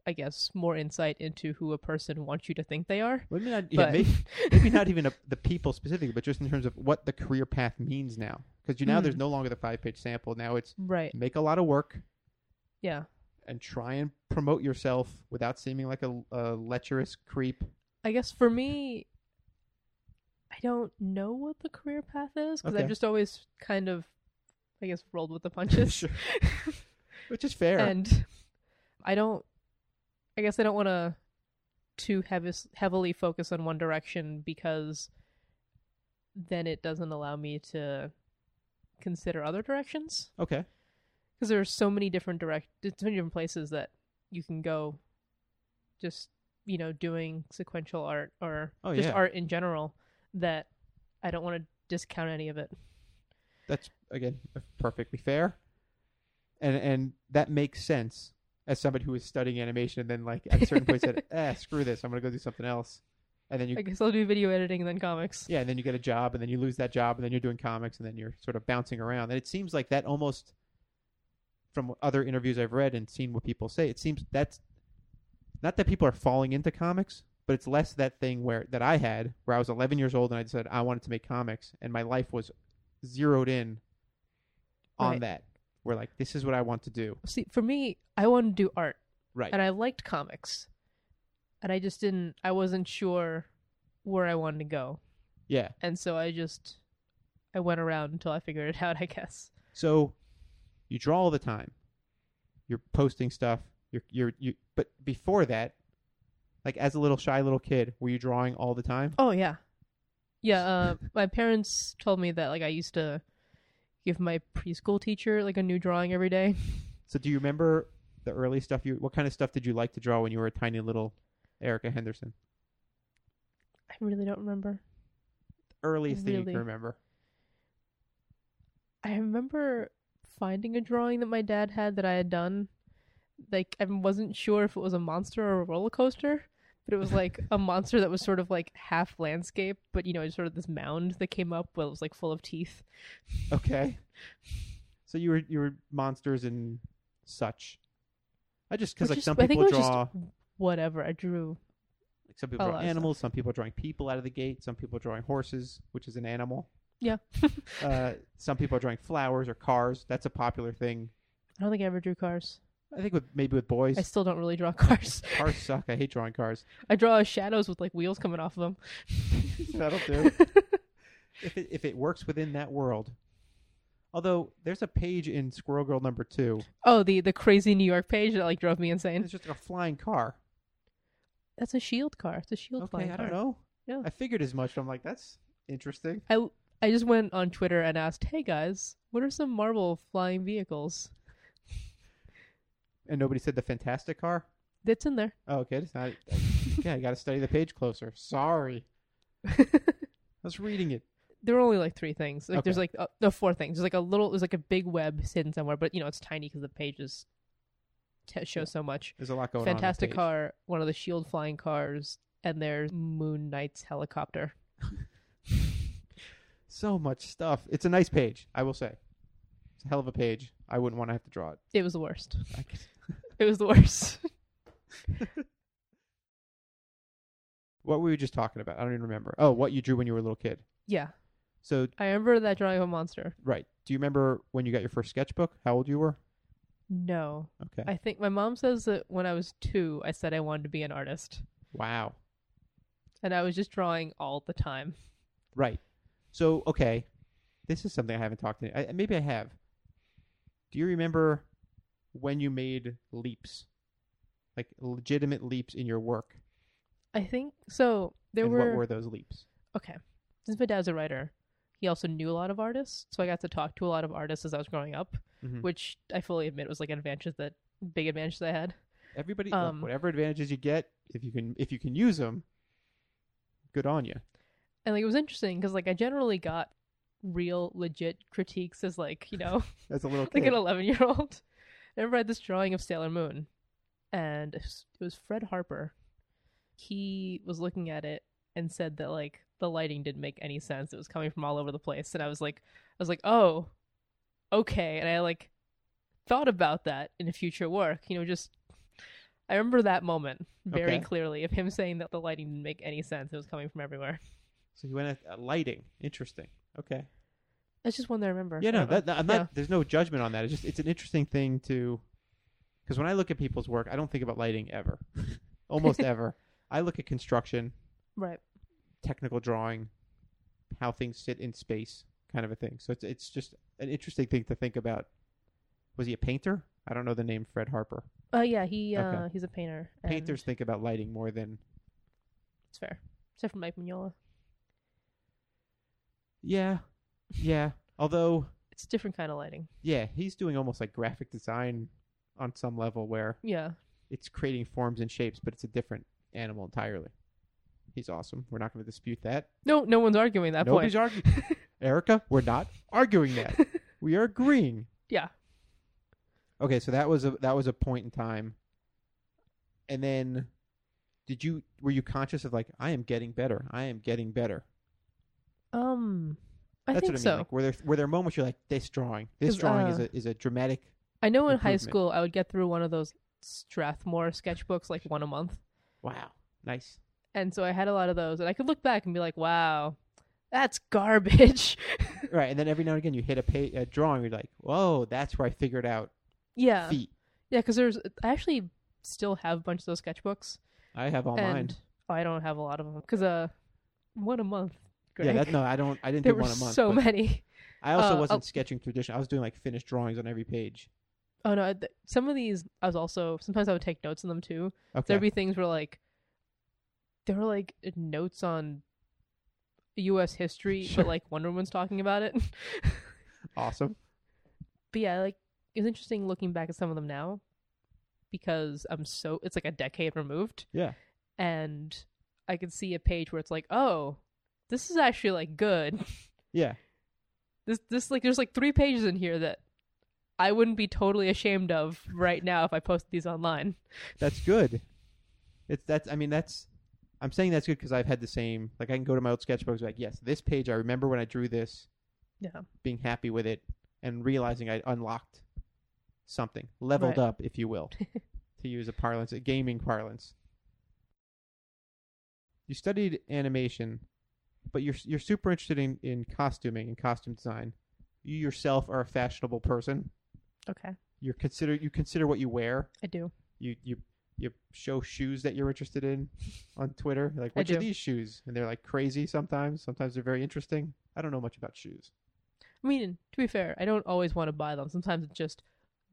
C: I guess more insight into who a person wants you to think they are.
A: Maybe not,
C: But-
A: maybe, maybe not even a, the people specifically, but just in terms of what the career path means now. Because you now there's
C: Hmm.
A: no longer the five page sample. Now it's
C: Right.
A: make a lot of work,
C: Yeah.
A: and try and promote yourself without seeming like a, a lecherous creep.
C: I guess for me, I don't know what the career path is because
A: Okay.
C: I've just always kind of, I guess, rolled with the punches.
A: Sure. Which is fair.
C: and I don't. I guess I don't want to too heavy, heavily focus on one direction because then it doesn't allow me to consider other directions
A: okay.
C: because there are so many different direct, there's so many different places that you can go. Just you know, doing sequential art or
A: Oh,
C: just
A: yeah.
C: art in general. That I don't want to discount any of it.
A: That's again perfectly fair. And and that makes sense as somebody who is studying animation and then like at a certain point said, "Ah, screw this. I'm going to go do something else." And then you
C: I guess I'll do video editing and then comics.
A: yeah, and then you get a job and then you lose that job and then you're doing comics and then you're sort of bouncing around. And it seems like that almost from other interviews I've read and seen what people say, it seems that's not that people are falling into comics, but it's less that thing where that I had where I was 11 years old and I said I wanted to make comics and my life was zeroed in on
C: Right.
A: that. Where like this is what I want to do.
C: See, for me, I wanted to do art.
A: Right.
C: and I liked comics, and I just didn't. I wasn't sure where I wanted to go,
A: yeah.
C: and so I just I went around until I figured it out. I guess.
A: So you draw all the time. You're posting stuff. You're you're you. But before that, like as a little shy little kid, were you drawing all the time?
C: Oh yeah, yeah. Uh, my parents told me that like I used to give my preschool teacher like a new drawing every day.
A: So do you remember the early stuff? You what kind of stuff did you like to draw when you were a tiny little Erica Henderson?
C: I really don't remember.
A: Earliest thing you
C: Really?
A: can remember.
C: I remember finding a drawing that my dad had that I had done. Like I wasn't sure if it was a monster or a roller coaster, but it was like a monster that was sort of like half landscape, but you know, sort of this mound that came up where it was like full of teeth.
A: Okay. So you were you were monsters and such. I just because
C: Which
A: like
C: is-
A: some
C: I think
A: people
C: it was just- Oh,
A: draw
C: Whatever I drew.
A: like some
C: a
A: people draw
C: lot of stuff.
A: animals, some people are drawing people out of the gate, some people are drawing horses, which is an animal.
C: Yeah.
A: uh, some people are drawing flowers or cars. That's a popular thing.
C: I don't think I ever drew cars.
A: I think with maybe with boys,
C: I still don't really draw cars.
A: cars suck. I hate drawing cars.
C: I draw shadows with like wheels coming off of them.
A: That'll do. if it if it works within that world. Although there's a page in Squirrel Girl number two.
C: Oh, the the crazy New York page that like drove me insane.
A: It's just like a flying car.
C: That's a shield car. It's a shield
A: Okay,
C: flying
A: I
C: car.
A: don't know.
C: Yeah.
A: I figured as much. But I'm like, that's interesting.
C: I just went on Twitter and asked, "Hey guys, what are some Marvel flying vehicles?"
A: And nobody said the Fantastic Car.
C: That's in there.
A: Oh, okay. It's not, yeah, I got to study the page closer. Sorry, I was reading it.
C: there were only like three things. Like there's
A: Okay.
C: like uh, no four things. There's like a little. There's like a big web hidden somewhere, but you know it's tiny because the pages t- show
A: Yeah.
C: so much.
A: There's a lot going
C: Fantastic
A: on.
C: car, one of the Shield flying cars, and there's Moon Knight's helicopter.
A: Fantastic Car. so much stuff. It's a nice page, I will say. It's a hell of a page. I wouldn't want to have to draw it.
C: It was the worst.
A: I could-
C: It was the worst.
A: What were we just talking about? I don't even remember. Oh, what you drew when you were a little kid.
C: yeah,
A: So,
C: I remember that drawing of a monster.
A: right. Do you remember when you got your first sketchbook? How old you were?
C: No,
A: Okay.
C: I think my mom says that when I was two, I said I wanted to be an artist,
A: Wow.
C: and I was just drawing all the time.
A: Right. So, okay. This is something I haven't talked to. I, maybe I have. Do you remember when you made leaps? Like legitimate leaps in your work?
C: I think so. There
A: and
C: were,
A: what were those leaps?
C: okay. Since my dad's a writer, he also knew a lot of artists, so I got to talk to a lot of artists as I was growing up,
A: Mhm.
C: which I fully admit was like an advantage that big advantage that I had.
A: Everybody,
C: um,
A: look, whatever advantages you get, if you can, if you can use them, good on you.
C: And like it was interesting because like I generally got real legit critiques as like you know
A: As a little
C: like
A: kid,
C: an eleven year old. I remember I had this drawing of Sailor Moon, and it was- it was Fred Harper. He was looking at it and said that like the lighting didn't make any sense. It was coming from all over the place, and I was like, I was like, oh, okay. And I like thought about that in future work. You know, just I remember that moment very
A: Okay.
C: clearly of him saying that the lighting didn't make any sense. It was coming from everywhere.
A: so you went at, at lighting. Interesting. Okay.
C: That's just one that I remember.
A: Yeah,
C: I
A: no,
C: don't know.
A: that, that- I'm not. There's no judgment on that. It's just it's an interesting thing to, because when I look at people's work, I don't think about lighting ever, almost ever. I look at construction,
C: right.
A: technical drawing, how things sit in space, kind of a thing. So it's it's just an interesting thing to think about. Was he a painter? I don't know the name Fred Harper.
C: Oh yeah, he uh,
A: Okay.
C: he's a painter. and-
A: Painters think about lighting more than
C: It's fair. Except for Mike Mignola.
A: yeah, yeah. Although
C: It's a different kind of lighting.
A: yeah, he's doing almost like graphic design on some level where
C: Yeah.
A: it's creating forms and shapes, but it's a different animal entirely. He's awesome. We're not going to dispute that.
C: No, no one's arguing that
A: Nobody's
C: point.
A: arguing. Erica, we're not arguing that. we are agreeing.
C: Yeah.
A: Okay, so that was a that was a point in time. And then did you were you conscious of like I am getting better. I am getting better.
C: um, I
A: That's
C: think
A: what I mean.
C: so.
A: Like were there were there moments you're like this drawing. This
C: 'Cause,
A: drawing is
C: uh,
A: a is a dramatic
C: I know in high
A: improvement.
C: school I would get through one of those Strathmore sketchbooks like one a month,
A: wow. Nice.
C: and so I had a lot of those, and I could look back and be like, "Wow, that's garbage."
A: Right, and then every now and again you hit a, pa- a drawing you're like, "Whoa, that's where I figured out
C: yeah,
A: feet."
C: yeah, because there's I actually still have a bunch of those sketchbooks,
A: I have all Oh, mine.
C: and I don't have a lot of them because uh, one a month. Greg.
A: Yeah, that, no, I don't. I didn't
C: there
A: do
C: were
A: one a month.
C: so
A: but
C: many.
A: I also
C: uh,
A: wasn't
C: I'll-
A: sketching tradition. I was doing like finished drawings on every page.
C: Oh no, th- some of these I was also sometimes I would take notes on them too.
A: Okay,
C: There'd be things where like there were like notes on U.S. history,
A: Sure.
C: but like Wonder Woman's talking about it.
A: awesome.
C: but yeah, like it was interesting looking back at some of them now because I'm so it's like a decade removed,
A: Yeah,
C: and I could see a page where it's like, oh, this is actually like good.
A: yeah,
C: This this like there's like three pages in here that I wouldn't be totally ashamed of right now if I posted these online.
A: that's good. It's that's. I mean, that's. I'm saying that's good because I've had the same. Like, I can go to my old sketchbooks. Like, yes, this page. I remember when I drew this,
C: Yeah.
A: being happy with it, and realizing I unlocked something, leveled
C: Right.
A: up, if you will, to use a parlance, a gaming parlance. You studied animation, but you're you're super interested in in costuming and costume design. You yourself are a fashionable person.
C: Okay,
A: You're consider you consider what you wear.
C: I do.
A: you you you show shoes that you're interested in on Twitter. You're like,
C: I
A: which are
C: do.
A: these shoes? And they're like crazy sometimes. Sometimes they're very interesting. I don't know much about shoes.
C: I mean, to be fair, I don't always want to buy them. Sometimes it's just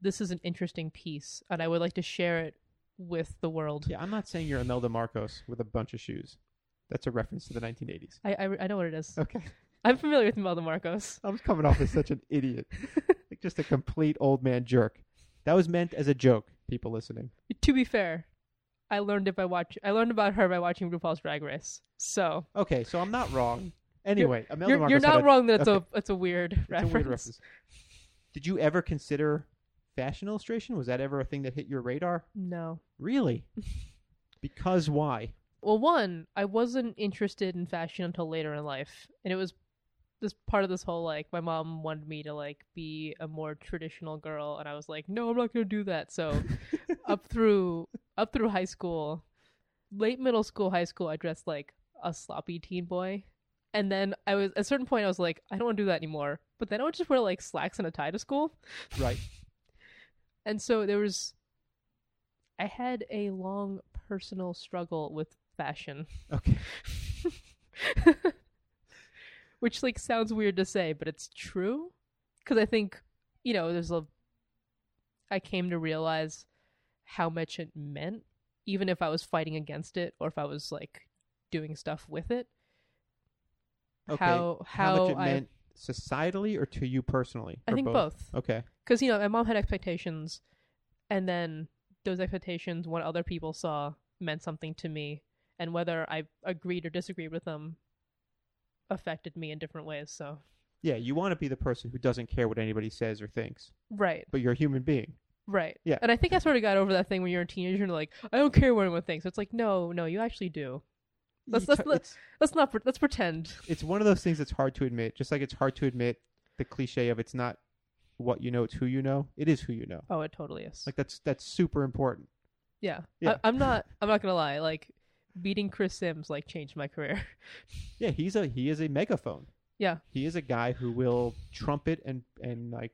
C: this is an interesting piece, and I would like to share it with the world.
A: Yeah, I'm not saying you're Imelda Marcos with a bunch of shoes. That's a reference to the 1980s.
C: I, I I know what it is.
A: Okay.
C: I'm familiar with Imelda Marcos.
A: I was coming off as such an idiot. Like just a complete old man jerk. That was meant as a joke, people listening.
C: To be fair, I learned it by watch. I learned about her by watching RuPaul's Drag Race. So
A: Okay, so I'm not wrong. Anyway, Imelda
C: you're,
A: Marcos
C: you're
A: had
C: not
A: a-
C: wrong that it's
A: okay.
C: a it's a weird
A: It's
C: reference.
A: a weird reference. Did you ever consider fashion illustration? Was that ever a thing that hit your radar?
C: No.
A: Really? because why?
C: Well, one, I wasn't interested in fashion until later in life, and it was this part of this whole like my mom wanted me to like be a more traditional girl, and I was like, no, I'm not gonna do that. So up through up through high school, late middle school, high school, I dressed like a sloppy teen boy, and then I was at a certain point, I was like, I don't want to do that anymore. But then I would just wear like slacks and a tie to school,
A: Right.
C: and so there was. I had a long personal struggle with fashion.
A: Okay.
C: which like sounds weird to say but it's true because i think you know there's a i came to realize how much it meant even if i was fighting against it or if i was like doing stuff with it
A: Okay.
C: how how,
A: much it
C: i
A: meant societally or to you personally?
C: i
A: Or
C: think both
A: Okay.
C: because you know my mom had expectations and then those expectations what other people saw meant something to me and whether i agreed or disagreed with them affected me in different ways so
A: Yeah, you want to be the person who doesn't care what anybody says or thinks,
C: right
A: but you're a human being.
C: right
A: Yeah.
C: and i think i sort of got over that thing when you're a teenager and like i don't care what anyone thinks it's like no no you actually do Let's-
A: You
C: let's-
A: tr-
C: let's- let's not pre- let's pretend
A: it's, it's one of those things that's hard to admit, just like it's hard to admit the cliche of it's not what you know, it's who you know. It is who you know.
C: oh it totally is
A: Like that's that's super important.
C: yeah,
A: yeah.
C: I, i'm not i'm not gonna lie like beating chris sims like changed my career
A: Yeah, he's a he is a megaphone.
C: Yeah.
A: He is a guy who will trumpet and and like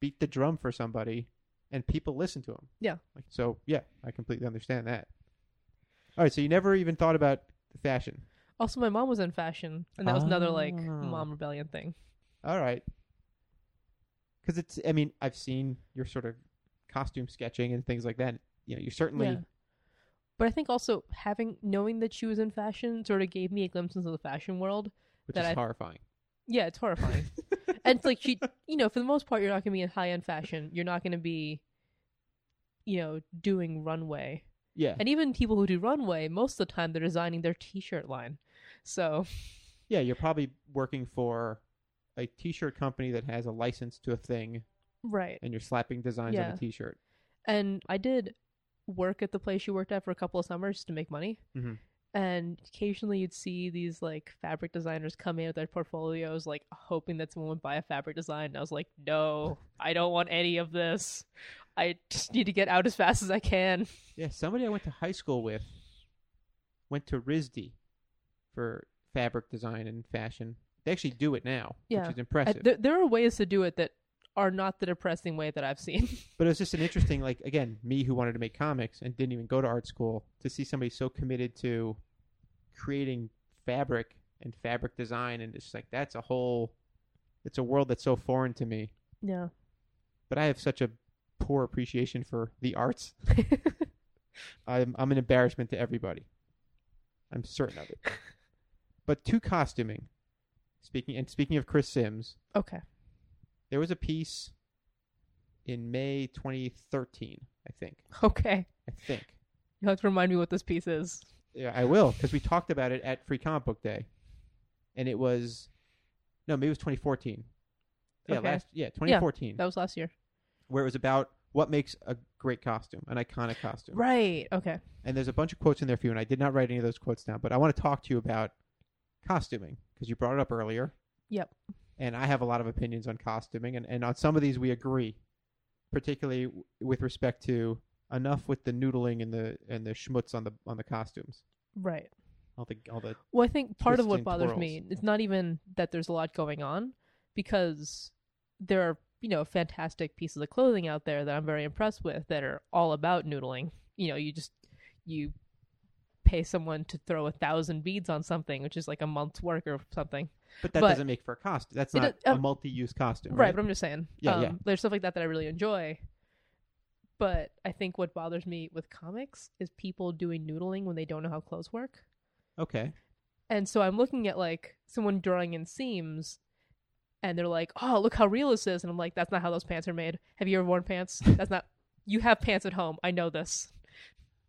A: beat the drum for somebody and people listen to him.
C: Yeah.
A: Like so yeah, I completely understand that. All right, so you never even thought about fashion.
C: also my mom was in fashion and that was another like
A: Ah.
C: mom rebellion thing
A: All right. Cuz it's I mean, I've seen your sort of costume sketching and things like that. You know, you certainly
C: Yeah. But I think also having knowing that she was in fashion sort of gave me a glimpse into the fashion world.
A: which is
C: That I-
A: horrifying.
C: Yeah, it's horrifying. and it's like she, you know, for the most part, you're not going to be in high end fashion. You're not going to be, you know, doing runway.
A: Yeah.
C: And even people who do runway, most of the time, they're designing their T-shirt line. So
A: Yeah, you're probably working for a t-shirt company that has a license to a thing
C: right.
A: and you're slapping designs on
C: Yeah.
A: a t-shirt.
C: And I did work at the place she worked at for a couple of summers to make money.
A: Mhm.
C: And occasionally you'd see these like fabric designers come in with their portfolios, like hoping that someone would buy a fabric design. And I was like, no, I don't want any of this. I just need to get out as fast as I can.
A: Yeah, somebody I went to high school with went to RISD for fabric design and fashion. They actually do it now,
C: Yeah.
A: which is
C: I-
A: impressive.
C: there, there are ways to do it that are not the depressing way that I've seen.
A: but it was just an interesting, like, again, me who wanted to make comics and didn't even go to art school to see somebody so committed to creating fabric and fabric design. And it's just like, that's a whole, it's a world that's so foreign to me.
C: Yeah.
A: But I have such a poor appreciation for the arts. I'm I'm an embarrassment to everybody. I'm certain of it. but to costuming, speaking and speaking of Chris Sims,
C: okay.
A: there was a piece in May 2013, I think.
C: Okay.
A: I think.
C: You'll have to remind me what this piece is.
A: Yeah, I will because we talked about it at Free Comic Book Day, and it was no, maybe it was 2014. Yeah,
C: Okay.
A: last yeah 2014,
C: That was last year.
A: where it was about what makes a great costume, an iconic costume.
C: Right. Okay.
A: and there's a bunch of quotes in there for you and i did not write any of those quotes down but i want to talk to you about costuming because you brought it up earlier
C: Yep.
A: and i have a lot of opinions on costuming and, and on some of these we agree particularly w- with respect to enough with the noodling and the and the schmutz on the on the costumes
C: Right.
A: all the all the
C: Well, I think part of
A: twists
C: what
A: and
C: bothers
A: twirls.
C: me is not even that there's a lot going on, because there are you know fantastic pieces of clothing out there that I'm very impressed with that are all about noodling. You know, you just you pay someone to throw a thousand beads on something, which is like a month's work or something,
A: But that
C: But-
A: doesn't make for a costume. That's
C: It
A: not
C: do-
A: a
C: um,
A: multi-use costume,
C: Right,
A: right?
C: but I'm just saying. Um,
A: Yeah, yeah.
C: There's stuff like that that I really enjoy. But I think what bothers me with comics is people doing noodling when they don't know how clothes work.
A: okay.
C: And so I'm looking at like someone drawing in seams and they're like, "Oh, look how real this is." And I'm like, "That's not how those pants are made. Have you ever worn pants? That's not You have pants at home. I know this."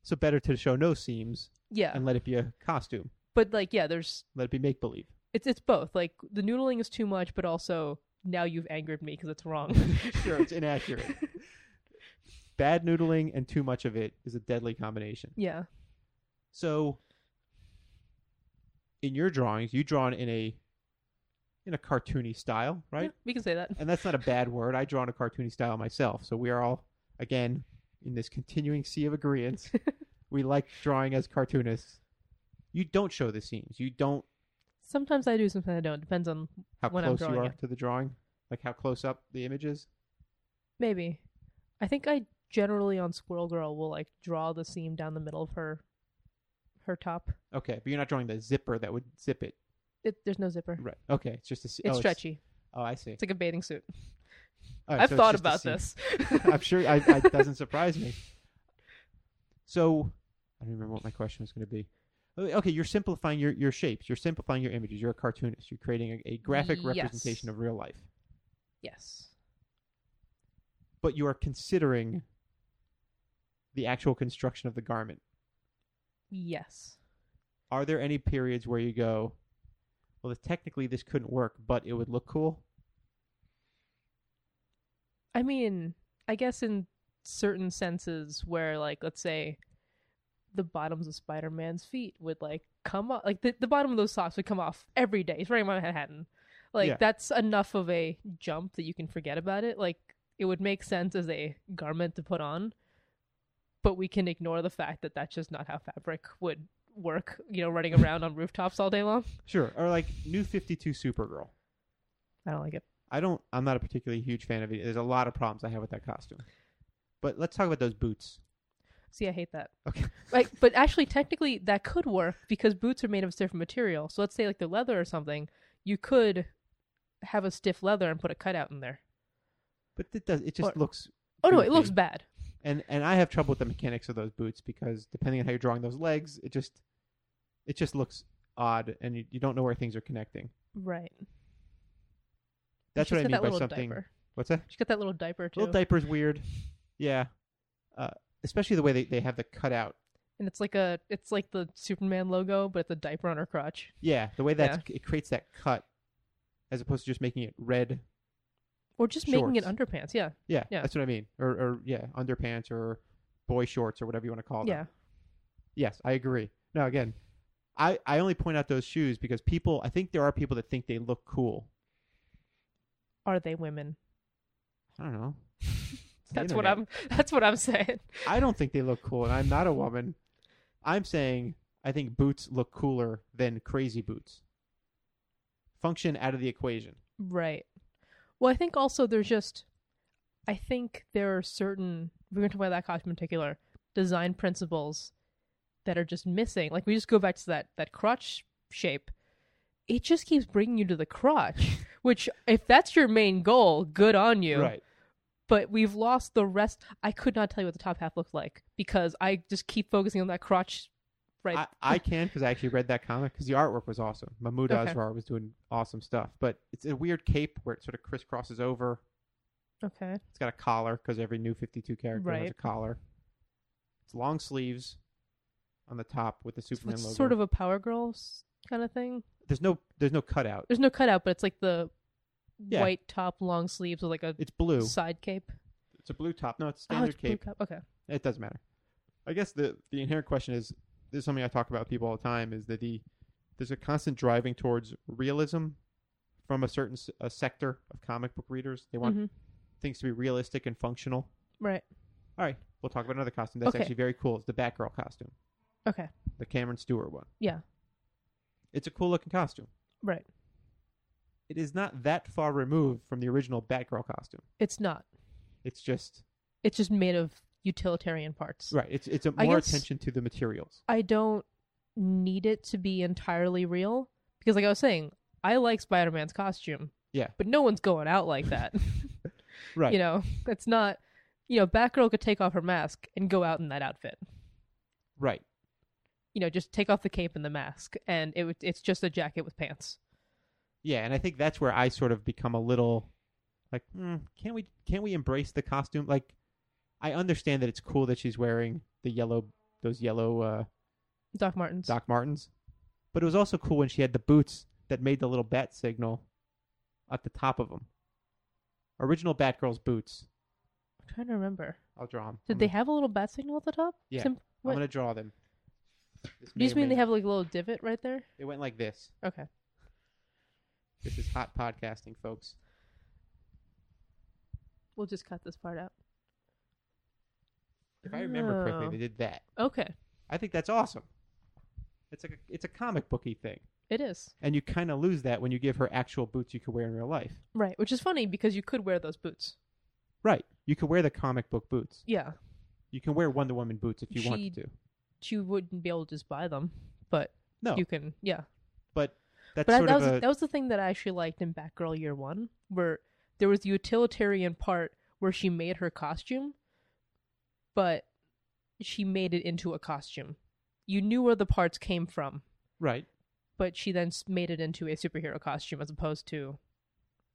A: So better to show no seams
C: Yeah.
A: and let it be a costume.
C: but like yeah, there's
A: Let it be make believe.
C: it's it's both. Like the noodling is too much, but also now you've angered me because it's wrong.
A: sure, it's inaccurate. Bad noodling and too much of it is a deadly combination.
C: yeah.
A: So in your drawings, you drawn in a in a cartoony style, right?
C: Yeah, we can say that.
A: And that's not a bad word. I draw in a cartoony style myself. So we are all again in this continuing sea of agreement. we like drawing as cartoonists. You don't show the seams. You don't
C: Sometimes I do, sometimes I don't. Depends on
A: how
C: When I'm
A: close you
C: drawing
A: are
C: it.
A: to the drawing, like how close up the image is.
C: Maybe. I think I generally on Squirrel Girl will like draw the seam down the middle of her her top.
A: Okay, but you're not drawing the zipper that would zip it.
C: It, there's no zipper.
A: Right. Okay, it's just a se- oh,
C: Mm-hmm. It's stretchy.
A: Oh, I see.
C: It's like a bathing suit.
A: All right,
C: I've
A: so it's
C: thought
A: just a
C: about
A: seam.
C: this.
A: I'm sure I, I it doesn't surprise me. So I don't remember what my question was going to be. Oh, Okay, you're simplifying your, your shapes. You're simplifying your images. You're a cartoonist. You're creating a, a graphic
C: Yes.
A: representation of real life,
C: yes.
A: but you are considering the actual construction of the garment.
C: Yes.
A: Are there any periods where you go, well, this, technically this couldn't work, but it would look cool?
C: I mean, I guess in certain senses where like let's say the bottoms of Spider-Man's feet would like come off like the, the bottom of those socks would come off every day. It's right in my Manhattan. Like
A: Yeah.
C: that's enough of a jump that you can forget about it. Like it would make sense as a garment to put on, but we can ignore the fact that that's just not how fabric would work, you know, running around on rooftops all day long.
A: Sure. Or like New 52 Supergirl.
C: I don't like it.
A: I don't. I'm not a particularly huge fan of it. There's a lot of problems I have with that costume. But let's talk about those boots.
C: See, I hate that.
A: Okay.
C: like, but actually, technically, that could work because boots are made of a different material. So let's say, like, the leather or something, you could have a stiff leather and put a cutout in there.
A: But it does. It just
C: Or-
A: looks.
C: Oh no, it
A: goofy.
C: looks bad.
A: And and I have trouble with the mechanics of those boots because depending on how you're drawing those legs, it just, it just looks odd, and you, you don't know where things are connecting.
C: Right.
A: That's
C: She's
A: what I
C: got
A: mean
C: that
A: by
C: little
A: something.
C: Diaper.
A: What's that?
C: She's got that little diaper too,
A: Little diaper's weird. Yeah. Uh, especially the way they, they have the cutout.
C: and it's like a, it's like the Superman logo, but it's a diaper on her crotch.
A: Yeah. The way that it creates that cut, as opposed to just making it red
C: Or just making it
A: Shorts.
C: underpants. Yeah,
A: Yeah,
C: Yeah.
A: that's what I mean. Or, or yeah, underpants or boy shorts or whatever you want to call them.
C: yeah.
A: Yes, I agree. Now again, I I only point out those shoes because people. I think there are people that think they look cool.
C: Are they women?
A: I don't know. It's the
C: That's what
A: internet.
C: I'm. That's what I'm saying.
A: I don't think they look cool, and I'm not a woman. I'm saying I think boots look cooler than crazy boots. Function out of the equation.
C: Right. Well, I think also there's just, I think there are certain we're going to talk about that costume in particular design principles that are just missing. Like we just go back to that that crotch shape. It just keeps bringing you to the crotch, which if that's your main goal, good on you.
A: Right.
C: But we've lost the rest. I could not tell you what the top half looked like because I just keep focusing on that crotch. Right.
A: I, I can because I actually read that comic because the artwork was awesome. Mahmoud
C: Okay.
A: Azrar was doing awesome stuff, but it's a weird cape where it sort of crisscrosses over.
C: okay.
A: It's got a collar because every new 52 character has a
C: Right.
A: collar. It's long sleeves on the top with the
C: So
A: Superman
C: it's
A: logo.
C: sort of a Power Girls kind of thing.
A: there's no there's no cutout.
C: There's no cutout, but it's like the
A: Yeah.
C: white top, long sleeves with like a
A: It's blue.
C: side cape.
A: It's a blue top. No, it's
C: Oh,
A: standard
C: it's blue
A: cape.
C: cap. Okay.
A: It doesn't matter. I guess the the inherent question is this is something I talk about with people all the time is that the there's a constant driving towards realism from a certain s- a sector of comic book readers. They want
C: Mhm.
A: things to be realistic and functional.
C: Right.
A: All right, we'll talk about another costume that's
C: Okay.
A: actually very cool. It's the Batgirl costume,
C: Okay.
A: the Cameron Stewart one.
C: Yeah.
A: It's a cool looking costume.
C: Right.
A: It is not that far removed from the original Batgirl costume.
C: It's not.
A: It's just
C: It's just made of utilitarian parts.
A: right. It's it's a
C: I
A: more
C: guess-
A: attention to the materials.
C: I don't need it to be entirely real because, like I was saying, I like Spider Man's costume.
A: Yeah.
C: But no one's going out like that.
A: Right.
C: You know, that's not. You know, Batgirl could take off her mask and go out in that outfit.
A: Right.
C: You know, just take off the cape and the mask, and it would- it's just a jacket with pants.
A: Yeah, and I think that's where I sort of become a little like, hmm, can we can we embrace the costume? Like, I understand that it's cool that she's wearing the yellow those yellow uh,
C: Doc Martens.
A: Doc Martens, but it was also cool when she had the boots that made the little bat signal at the top of them. Original Batgirl's boots.
C: I'm trying to remember.
A: I'll draw them.
C: Did
A: I'm
C: they
A: gonna-
C: have a little bat signal at the top?
A: Hmm. Yeah.
C: Sim- what?
A: I'm gonna draw them. This
C: you
A: may or
C: just mean
A: may
C: they
A: not-
C: have like a little divot right there?
A: They went like this.
C: Okay.
A: This is hot podcasting, folks.
C: We'll just cut this part out.
A: If I remember correctly,
C: Oh.
A: they did that.
C: Okay.
A: I think that's awesome. It's like a, it's a comic booky thing,
C: It is.
A: and you kind of lose that when you give her actual boots you could wear in real life.
C: Right. Which is funny because you could wear those boots.
A: Right. You could wear the comic book boots.
C: Yeah.
A: You can wear Wonder Woman boots if you
C: She-
A: want to.
C: You wouldn't be able to just buy them, but
A: No,
C: you can. Yeah.
A: but that's
C: But I,
A: sort
C: that,
A: of
C: was,
A: a
C: that was the thing that I actually liked in Batgirl Year One, where there was the utilitarian part where she made her costume, but she made it into a costume. You knew where the parts came from,
A: right.
C: but she then s- made it into a superhero costume as opposed to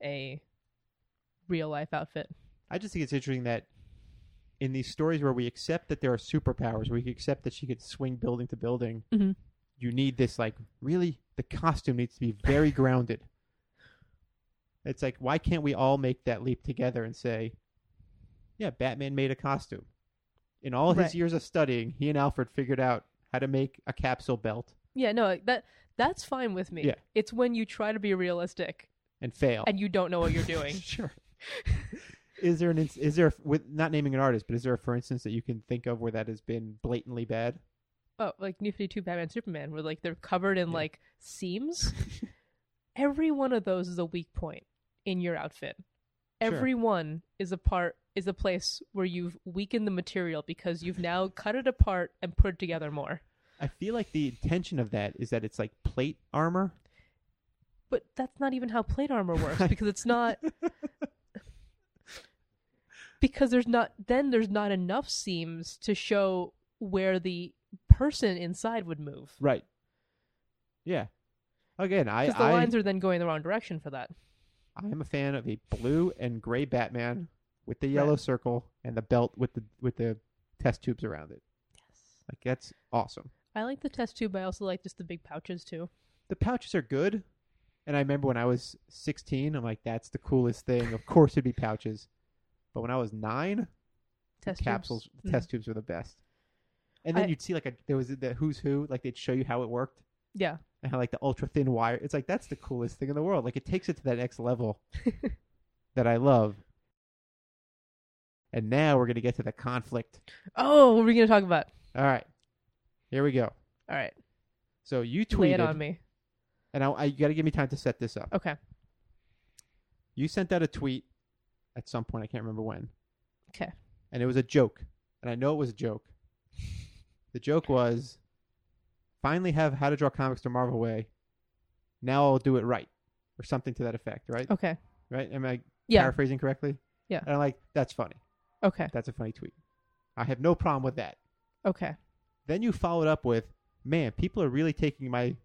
C: a real life outfit.
A: I just think it's interesting that in these stories where we accept that there are superpowers, we accept that she could swing building to building.
C: Mhm.
A: You need this like really the costume needs to be very grounded. It's like why can't we all make that leap together and say, yeah, Batman made a costume. In all his
C: Right.
A: years of studying, he and Alfred figured out how to make a capsule belt
C: Yeah, no, like, that that's fine with me.
A: Yeah. Oh.
C: It's when you try to be realistic
A: and fail.
C: and you don't know what you're doing.
A: sure. Is there an ins- is there a, with not naming an artist, but is there a, for instance that you can think of where that has been blatantly bad?
C: oh, like New 52 Batman Superman where like they're covered in
A: Yeah.
C: like seams. Every one of those is a weak point in your outfit.
A: Sure.
C: Every one is a part is a place where you've weakened the material because you've now cut it apart and put it together more.
A: I feel like the intention of that is that it's like plate armor.
C: But that's not even how plate armor works because it's not because there's not then there's not enough seams to show where the person inside would move.
A: Right. Yeah. Again, I
C: Because the
A: I,
C: lines are then going the wrong direction for that.
A: I am a fan of a blue and gray Batman with the yellow circle and the belt with the with the test tubes around it.
C: Yes.
A: Like that's awesome.
C: I like the test tube, but I also like just the big pouches too.
A: The pouches are good. And I remember when I was 16, I'm like, that's the coolest thing. Of course it'd be pouches. But when I was nine, the
C: Test tubes.
A: capsules, the
C: Mhm.
A: test tubes were the best. And then
C: I-
A: you'd see like a there was the who's who, like they'd show you how it worked.
C: Yeah.
A: and how like the ultra thin wire. It's like that's the coolest thing in the world. Like it takes it to that next level that I love. And now we're gonna get to the conflict.
C: Oh, what are we gonna talk about?
A: All right, here we go.
C: All right,
A: So you tweeted,
C: lay it on me.
A: and I, I you got to give me time to set this up.
C: Okay.
A: You sent out a tweet at some point. I can't remember when.
C: Okay.
A: And it was a joke, and I know it was a joke. the joke was, finally have how to draw comics the Marvel way. Now I'll do it right, or something to that effect. Right.
C: Okay.
A: Right? Am I
C: Yeah. Uh,
A: paraphrasing correctly?
C: Yeah.
A: And I'm like, that's funny.
C: Okay.
A: That's a funny tweet. I have no problem with that.
C: Okay.
A: Then you followed up with, man, people are really taking my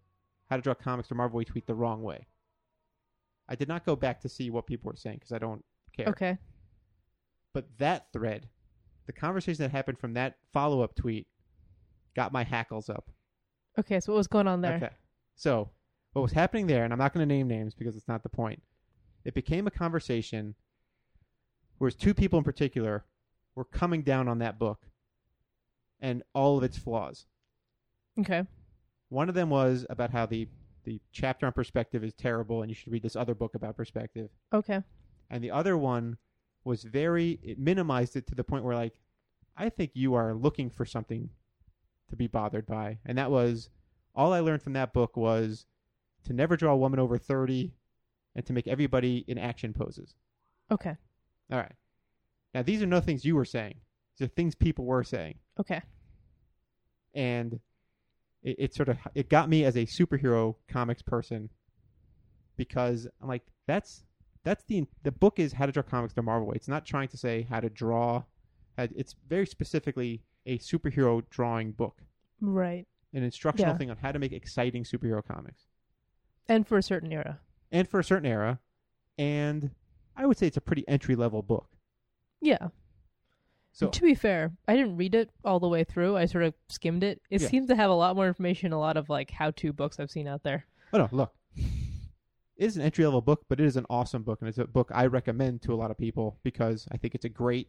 A: how to draw comics to Marvel tweet the wrong way. I did not go back to see what people were saying because I don't care.
C: Okay.
A: But that thread, the conversation that happened from that follow up tweet, got my hackles up.
C: Okay. So what was going on there?
A: Okay. So, what was happening there, and I'm not going to name names because it's not the point. It became a conversation where two people in particular were coming down on that book and all of its flaws.
C: Okay.
A: One of them was about how the the chapter on perspective is terrible and you should read this other book about perspective.
C: Okay.
A: And the other one was very it minimized it to the point where like I think you are looking for something to be bothered by. And that was all I learned from that book was to never draw a woman over 30 and to make everybody in action poses.
C: Okay.
A: All right. Now these are no things you were saying. These are things people were saying.
C: Okay.
A: And it, it sort of it got me as a superhero comics person because I'm like, that's that's the the book is how to draw comics the Marvel way. It's not trying to say how to draw. how- It's very specifically a superhero drawing book,
C: Right.
A: an instructional
C: Yeah.
A: thing on how to make exciting superhero comics,
C: And for a certain era.
A: and for a certain era. And I would say it's a pretty entry level book.
C: Yeah.
A: So
C: to be fair, I didn't read it all the way through. I sort of skimmed it. It
A: Yeah.
C: seems to have a lot more information, a lot of like how to books I've seen out there.
A: Oh no, look. It is an entry level book, but it is an awesome book, and it's a book I recommend to a lot of people because I think it's a great.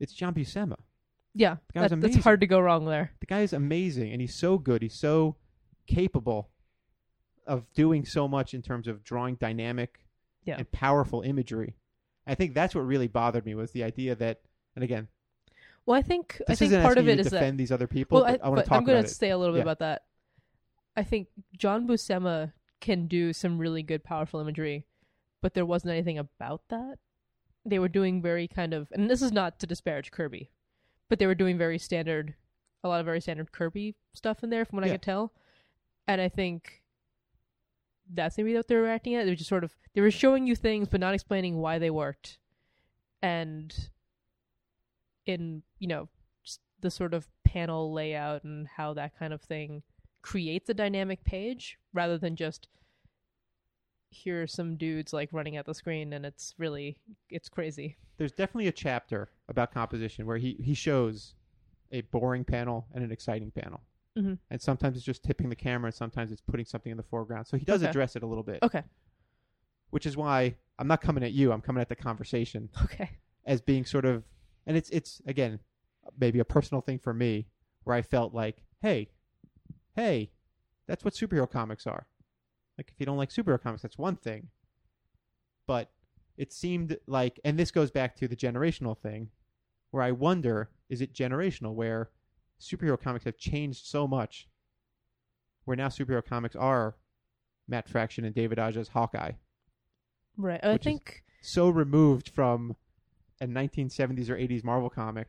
A: It's John Buscema.
C: Yeah.
A: That was
C: that- that's
A: amazing.
C: hard to go wrong there.
A: The guy is amazing, and he's so good. He's so capable of doing so much in terms of drawing dynamic
C: Yeah.
A: and powerful imagery. I think that's what really bothered me was the idea that, and again,
C: Well, I think I
A: this
C: think
A: isn't
C: part
A: asking
C: of
A: you
C: it
A: to
C: is that
A: defend these other people.
C: well,
A: but I, want
C: but
A: to talk
C: I'm gonna
A: about it.
C: say a little bit
A: Yeah.
C: about that. I think John Buscema can do some really good, powerful imagery, but there wasn't anything about that. They were doing very kind of, and this is not to disparage Kirby, but they were doing very standard, a lot of very standard Kirby stuff in there, from what
A: Yeah.
C: I could tell. And I think that's maybe what they were acting at. They were just sort of they were showing you things, but not explaining why they worked, and in you know just the sort of panel layout and how that kind of thing creates a dynamic page rather than just here are some dudes like running at the screen and it's really it's crazy
A: there's definitely a chapter about composition where he, he shows a boring panel and an exciting panel.
C: Mhm.
A: And sometimes it's just tipping the camera and sometimes it's putting something in the foreground. So he does
C: Okay.
A: address it a little bit,
C: okay
A: which is why I'm not coming at you. I'm coming at the conversation
C: okay
A: as being sort of, and it's, it's again, maybe a personal thing for me where I felt like, hey, hey, that's what superhero comics are. Like, if you don't like superhero comics, that's one thing. But it seemed like, and this goes back to the generational thing, where I wonder is it generational where superhero comics have changed so much, where now superhero comics are Matt Fraction and David Aja's Hawkeye,
C: right i
A: Which is-
C: think
A: so removed from a 1970s or 80s Marvel comic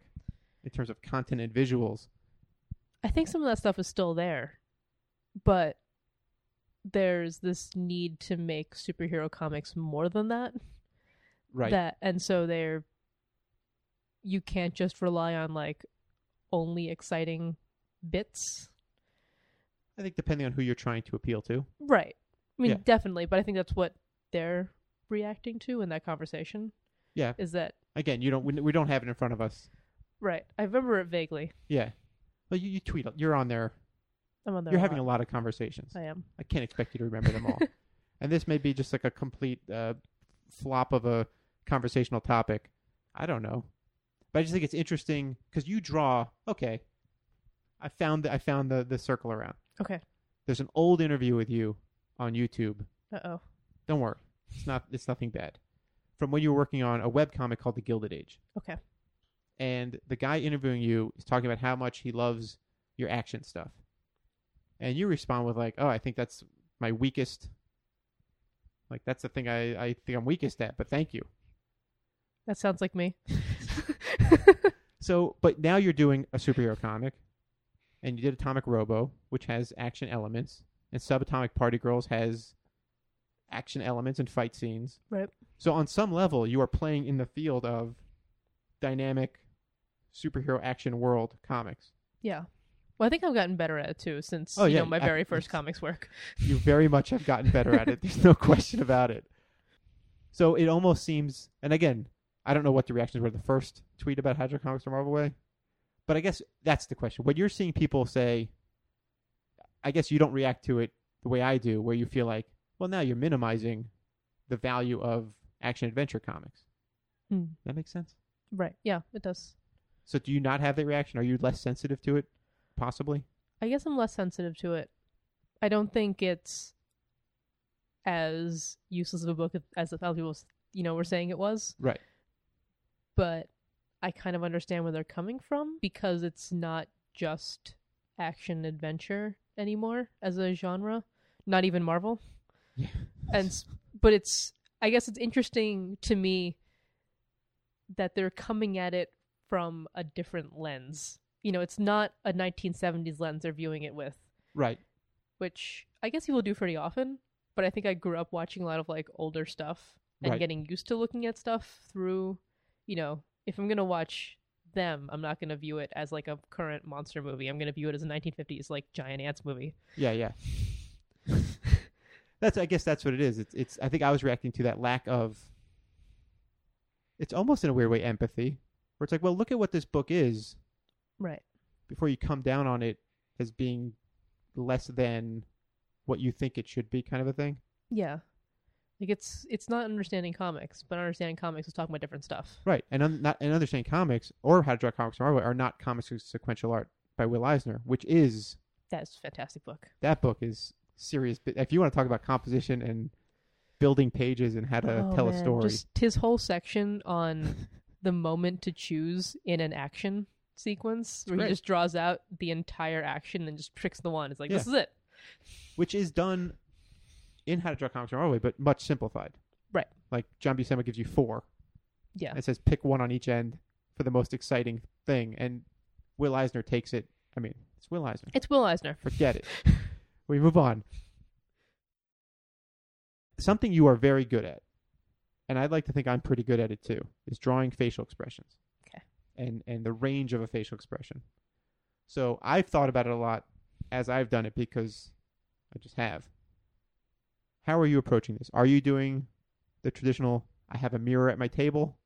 A: in terms of content and visuals.
C: i think some of that stuff is still there but there's this need to make superhero comics more than that
A: Right.
C: that and so they're you can't just rely on like only exciting bits
A: I think depending on who you're trying to appeal to.
C: right i mean
A: Yeah.
C: definitely but i think that's what they're reacting to in that conversation
A: Yeah.
C: is that
A: Again, you don't we, we don't have it in front of us.
C: right i remember it vaguely
A: Yeah. Well, you, you tweet. You're on there.
C: i'm on there
A: you're
C: a
A: having a
C: lot.
A: lot of conversations.
C: I am
A: I can't expect you to remember them all. and this may be just like a complete uh, flop of a conversational topic. I don't know, but I just think it's interesting because you draw. Okay, I found the, I found the the circle around.
C: okay
A: There's an old interview with you on YouTube.
C: uh-oh
A: Don't worry, it's not it's nothing bad. From when you were working on a webcomic called The Gilded Age.
C: okay
A: and the guy interviewing you is talking about how much he loves your action stuff. And you respond with like, "Oh, I think that's my weakest. Like that's the thing I I think I'm weakest at, but thank you."
C: that sounds like me
A: So, but now you're doing a superhero comic and you did Atomic Robo, which has action elements, and Subatomic Party Girls has action elements and fight scenes.
C: right
A: So on some level, you are playing in the field of dynamic superhero action world comics.
C: yeah well i think i've gotten better at it too since
A: Oh,
C: you
A: yeah,
C: know my
A: I-
C: very first comics work
A: you very much have gotten better at it. There's no question about it. So it almost seems, and again, I don't know what the reactions were to the first tweet about Hydro Comics the Marvel Way, but I guess that's the question. When you're seeing people say, I guess you don't react to it the way I do, where you feel like, well, now you're minimizing the value of action adventure comics.
C: Hmm.
A: That makes sense.
C: right yeah it does
A: So do you not have that reaction? Are you less sensitive to it? Possibly.
C: I guess I'm less sensitive to it. I don't think it's as useless of a book as a thousand people, you know, were saying it was.
A: Right.
C: But I kind of understand where they're coming from because it's not just action adventure anymore as a genre. Not even Marvel.
A: Yeah.
C: And s- but it's I guess it's interesting to me that they're coming at it from a different lens. You know, it's not a 1970s lens they're viewing it with
A: Right.
C: which I guess he will do pretty often. but I think I grew up watching a lot of like older stuff and
A: Right.
C: getting used to looking at stuff through, you know, if I'm gonna watch them, I'm not gonna view it as like a current monster movie. I'm gonna view it as a 1950s like giant ants movie.
A: Yeah, yeah. that's I guess that's what it is. It's it's I think I was reacting to that lack of it's almost in a weird way empathy. Where it's like, well, look at what this book is
C: Right.
A: before you come down on it as being less than what you think it should be kind of a thing.
C: Yeah. Like it's it's not understanding comics, but understanding comics is talking about different stuff.
A: Right. And un- not and understanding comics or how to draw comics from our way are not comics with sequential art by Will Eisner, which is
C: That's a fantastic book.
A: that book is serious bu- if you want to talk about composition and building pages and how to
C: Oh,
A: tell a
C: man.
A: story.
C: Just his whole section on the moment to choose in an action sequence where
A: great.
C: he just draws out the entire action and just pricks the one. It's like this is it.
A: which is done in How to Draw Comics from Our Way, but much simplified.
C: Right.
A: Like John Buscema gives you four.
C: Yeah.
A: and It says pick one on each end for the most exciting thing, and Will Eisner takes it. I mean, it's Will Eisner.
C: It's Will Eisner.
A: Forget it. we move on. Something you are very good at, and I'd like to think I'm pretty good at it too, is drawing facial expressions.
C: Okay.
A: And and the range of a facial expression. So I've thought about it a lot as I've done it because I just have. How are you approaching this? Are you doing the traditional I have a mirror at my table?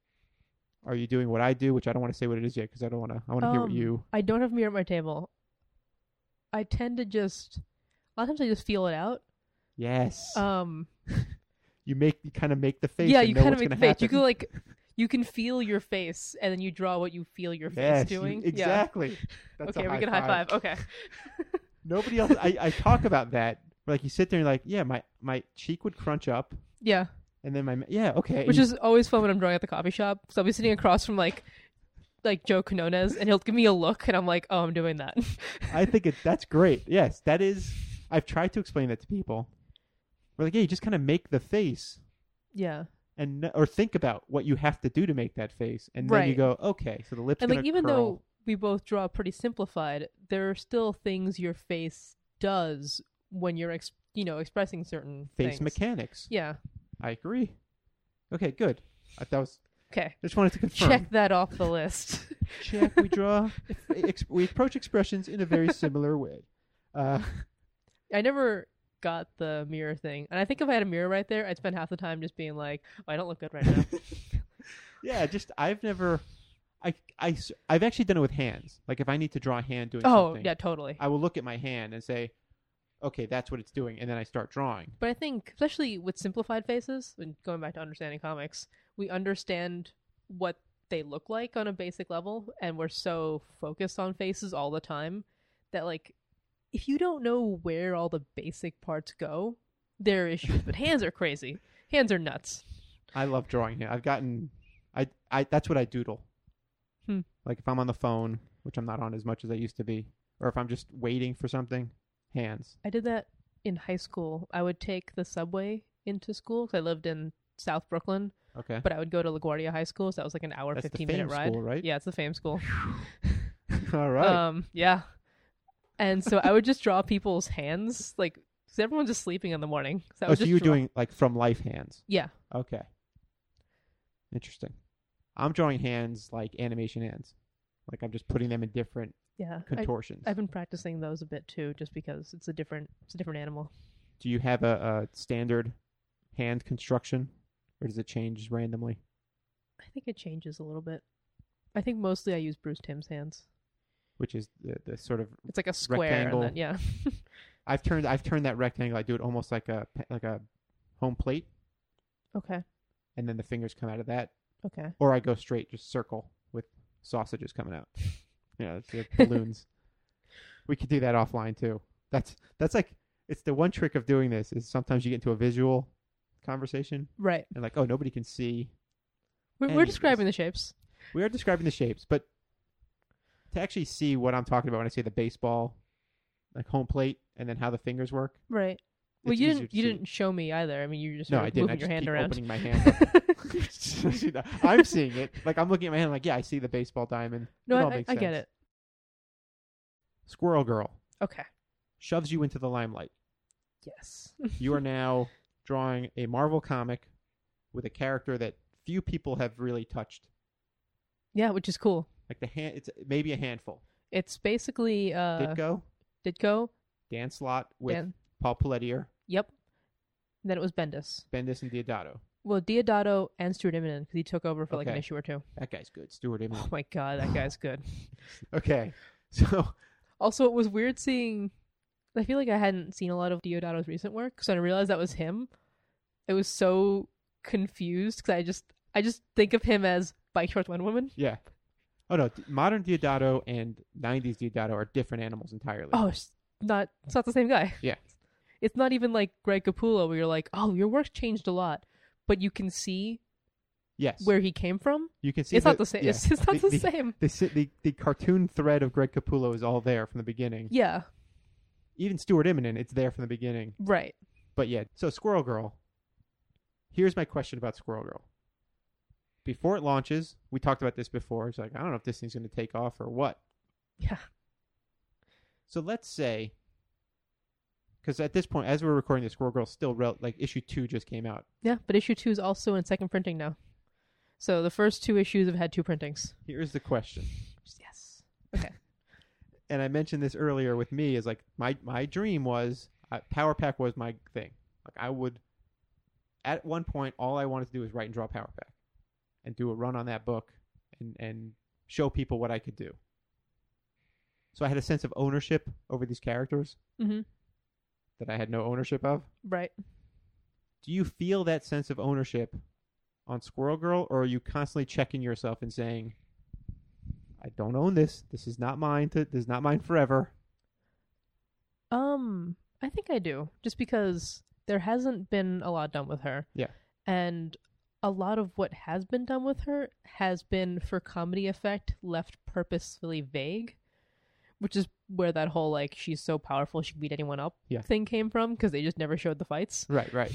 A: Are you doing what I do, which I don't want to say what it is yet because I don't want to I want to hear what
C: Um,
A: you
C: I don't have mirror at my table. I tend to just a lot of times I just feel it out.
A: Yes.
C: Um
A: you make you kind of make the face.
C: yeah,
A: and
C: you
A: know
C: kind of
A: what's
C: make the
A: gonna
C: face. You
A: happen.
C: can like you can feel your face and then you draw what you feel your
A: yes,
C: face doing.
A: You, exactly.
C: Yeah.
A: That's a
C: okay, we
A: high
C: can
A: five.
C: high five. Okay.
A: Nobody else. I, I talk about that. Where like you sit there and you're like, yeah, my my cheek would crunch up,
C: Yeah.
A: and then my yeah, okay.
C: which
A: you-
C: is always fun when I'm drawing at the coffee shop. So I'll be sitting across from like like Joe Canones, and he'll give me a look, and I'm like, oh, I'm doing that.
A: I think it that's great. Yes, that is. I've tried to explain that to people. We're like, yeah, you just kind of make the face
C: yeah,
A: and kn- or think about what you have to do to make that face, and then you
C: Right.
A: go, okay, so the lips.
C: and
A: gonna
C: like even
A: curl.
C: though we both draw pretty simplified, there are still things your face does when you're ex- you know expressing certain
A: face
C: things.
A: mechanics,
C: Yeah.
A: I agree. Okay, good. I, that was
C: Okay.
A: just wanted to confirm.
C: Check that off the list.
A: check we draw ex- we approach expressions in a very similar way uh,
C: I never got the mirror thing, and I think if I had a mirror right there, I'd spend half the time just being like, oh, I don't look good right now.
A: yeah just i've never I, I s- i've actually done it with hands like if i need to draw a hand doing
C: oh,
A: something
C: yeah, totally.
A: i will look at my hand and say okay that's what it's doing and then i start drawing
C: But I think, especially with simplified faces, and going back to understanding comics, we understand what they look like on a basic level, and we're so focused on faces all the time that, like, if you don't know where all the basic parts go, there are issues. but hands are crazy. Hands are nuts.
A: i love drawing hand i've gotten i, I that's what i doodle
C: Hmm.
A: like if i'm on the phone which i'm not on as much as i used to be or if i'm just waiting for something hands
C: I did that in high school. I would take the subway into school 'cause I lived in South Brooklyn,
A: okay
C: but I would go to LaGuardia High School, so that was like an hour,
A: That's the
C: 15 minute
A: fame
C: ride.
A: school, right?
C: Yeah, it's the fame school.
A: all right
C: Um, yeah. And so I would just draw people's hands, like, 'cause everyone's just sleeping in the morning. So, I
A: oh
C: would
A: so
C: just
A: you're
C: draw-
A: doing like from life hands
C: Yeah.
A: Okay. Interesting. I'm drawing hands like animation hands. Like I'm just putting them in different
C: Yeah. I,
A: contortions.
C: have been practicing those a bit too, just because it's a different, it's a different animal.
A: Do you have a, a standard hand construction or does it change randomly?
C: I think it changes a little bit. I think mostly I use Bruce Timm's hands.
A: Which is the, the sort of
C: It's like a square,
A: Rectangle.
C: and then yeah,
A: I've turned I've turned that rectangle. I do it almost like a pe- like a home plate
C: okay,
A: and then the fingers come out of that
C: okay.
A: or I go straight just circle with sausages coming out. You know, it's like balloons. we could do that offline too. That's that's like it's the one trick of doing this is sometimes you get into a visual conversation
C: Right.
A: and like, oh, nobody can see.
C: We're, we're
A: Anyways.
C: describing the shapes.
A: We are describing the shapes, but to actually see what I'm talking about when I say the baseball, like home plate, and then how the fingers work.
C: Right. Well,
A: it's
C: you
A: easier
C: didn't.
A: to
C: You
A: see.
C: didn't show me either. I mean, you were just
A: No,
C: sort
A: I
C: of
A: didn't.
C: moving
A: I just
C: your hand
A: keep
C: around.
A: opening my hand. Up. I'm seeing it. Like I'm looking at my hand. Like yeah, I see the baseball diamond.
C: no,
A: it all
C: I, I,
A: makes
C: I get
A: sense.
C: it.
A: Squirrel Girl
C: Okay.
A: shoves you into the limelight.
C: Yes.
A: you are now drawing a Marvel comic with a character that few people have really touched.
C: yeah, which is cool.
A: Like the hand, it's maybe a handful.
C: It's basically uh,
A: Ditko,
C: Ditko.
A: Dan Slott with
C: Dan-
A: Paul Pelletier,
C: Yep. Then it was Bendis.
A: Bendis, and Diodato.
C: Well, Diodato and Stuart Immonen because he took over for like an
A: Okay.
C: issue or two.
A: That guy's good. Stuart Immonen.
C: Oh my god, that guy's good. Oh.
A: Okay, so
C: Also, it was weird seeing. I feel like I hadn't seen a lot of Diodato's recent work, so when I realized that was him, it was so confused because I just I just think of him as bike shorts one woman.
A: yeah. Oh no, d- modern Diodato and '90s Diodato are different animals entirely.
C: Oh, it's not it's not the same guy.
A: Yeah.
C: it's not even like Greg Capullo where you're like, oh, your work's changed a lot, but you can see
A: yes,
C: where he came from.
A: you can see
C: it's not the same.
A: yeah.
C: It's, it's not the,
A: the,
C: same.
A: The, si- the the cartoon thread of Greg Capullo is all there from the beginning.
C: Yeah,
A: Even Stuart Immonen, it's there from the beginning.
C: right.
A: But yeah, so Squirrel Girl. Here's my question about Squirrel Girl. Before it launches, we talked about this before. It's like, I don't know if this thing's going to take off or what.
C: Yeah.
A: So let's say, because at this point, as we're recording this, Squirrel Girl's still rel- like issue two just came out.
C: Yeah, but issue two is also in second printing now. So the first two issues have had two printings.
A: Here's the question,
C: Yes.
A: and I mentioned this earlier with me is like my my dream was uh, Power Pack was my thing. Like I would, at one point, all I wanted to do was write and draw Power Pack, and do a run on that book, and and show people what I could do. So I had a sense of ownership over these characters
C: Mm-hmm.
A: that I had no ownership of.
C: Right.
A: Do you feel that sense of ownership on Squirrel Girl, or are you constantly checking yourself and saying, "I don't own this. This is not mine. To, this is not mine forever."
C: Um, I think I do, just because there hasn't been a lot done with her.
A: Yeah.
C: And a lot of what has been done with her has been for comedy effect left purposefully vague, which is where that whole like she's so powerful she can beat anyone up
A: Yeah.
C: thing came from because they just never showed the fights.
A: Right. Right.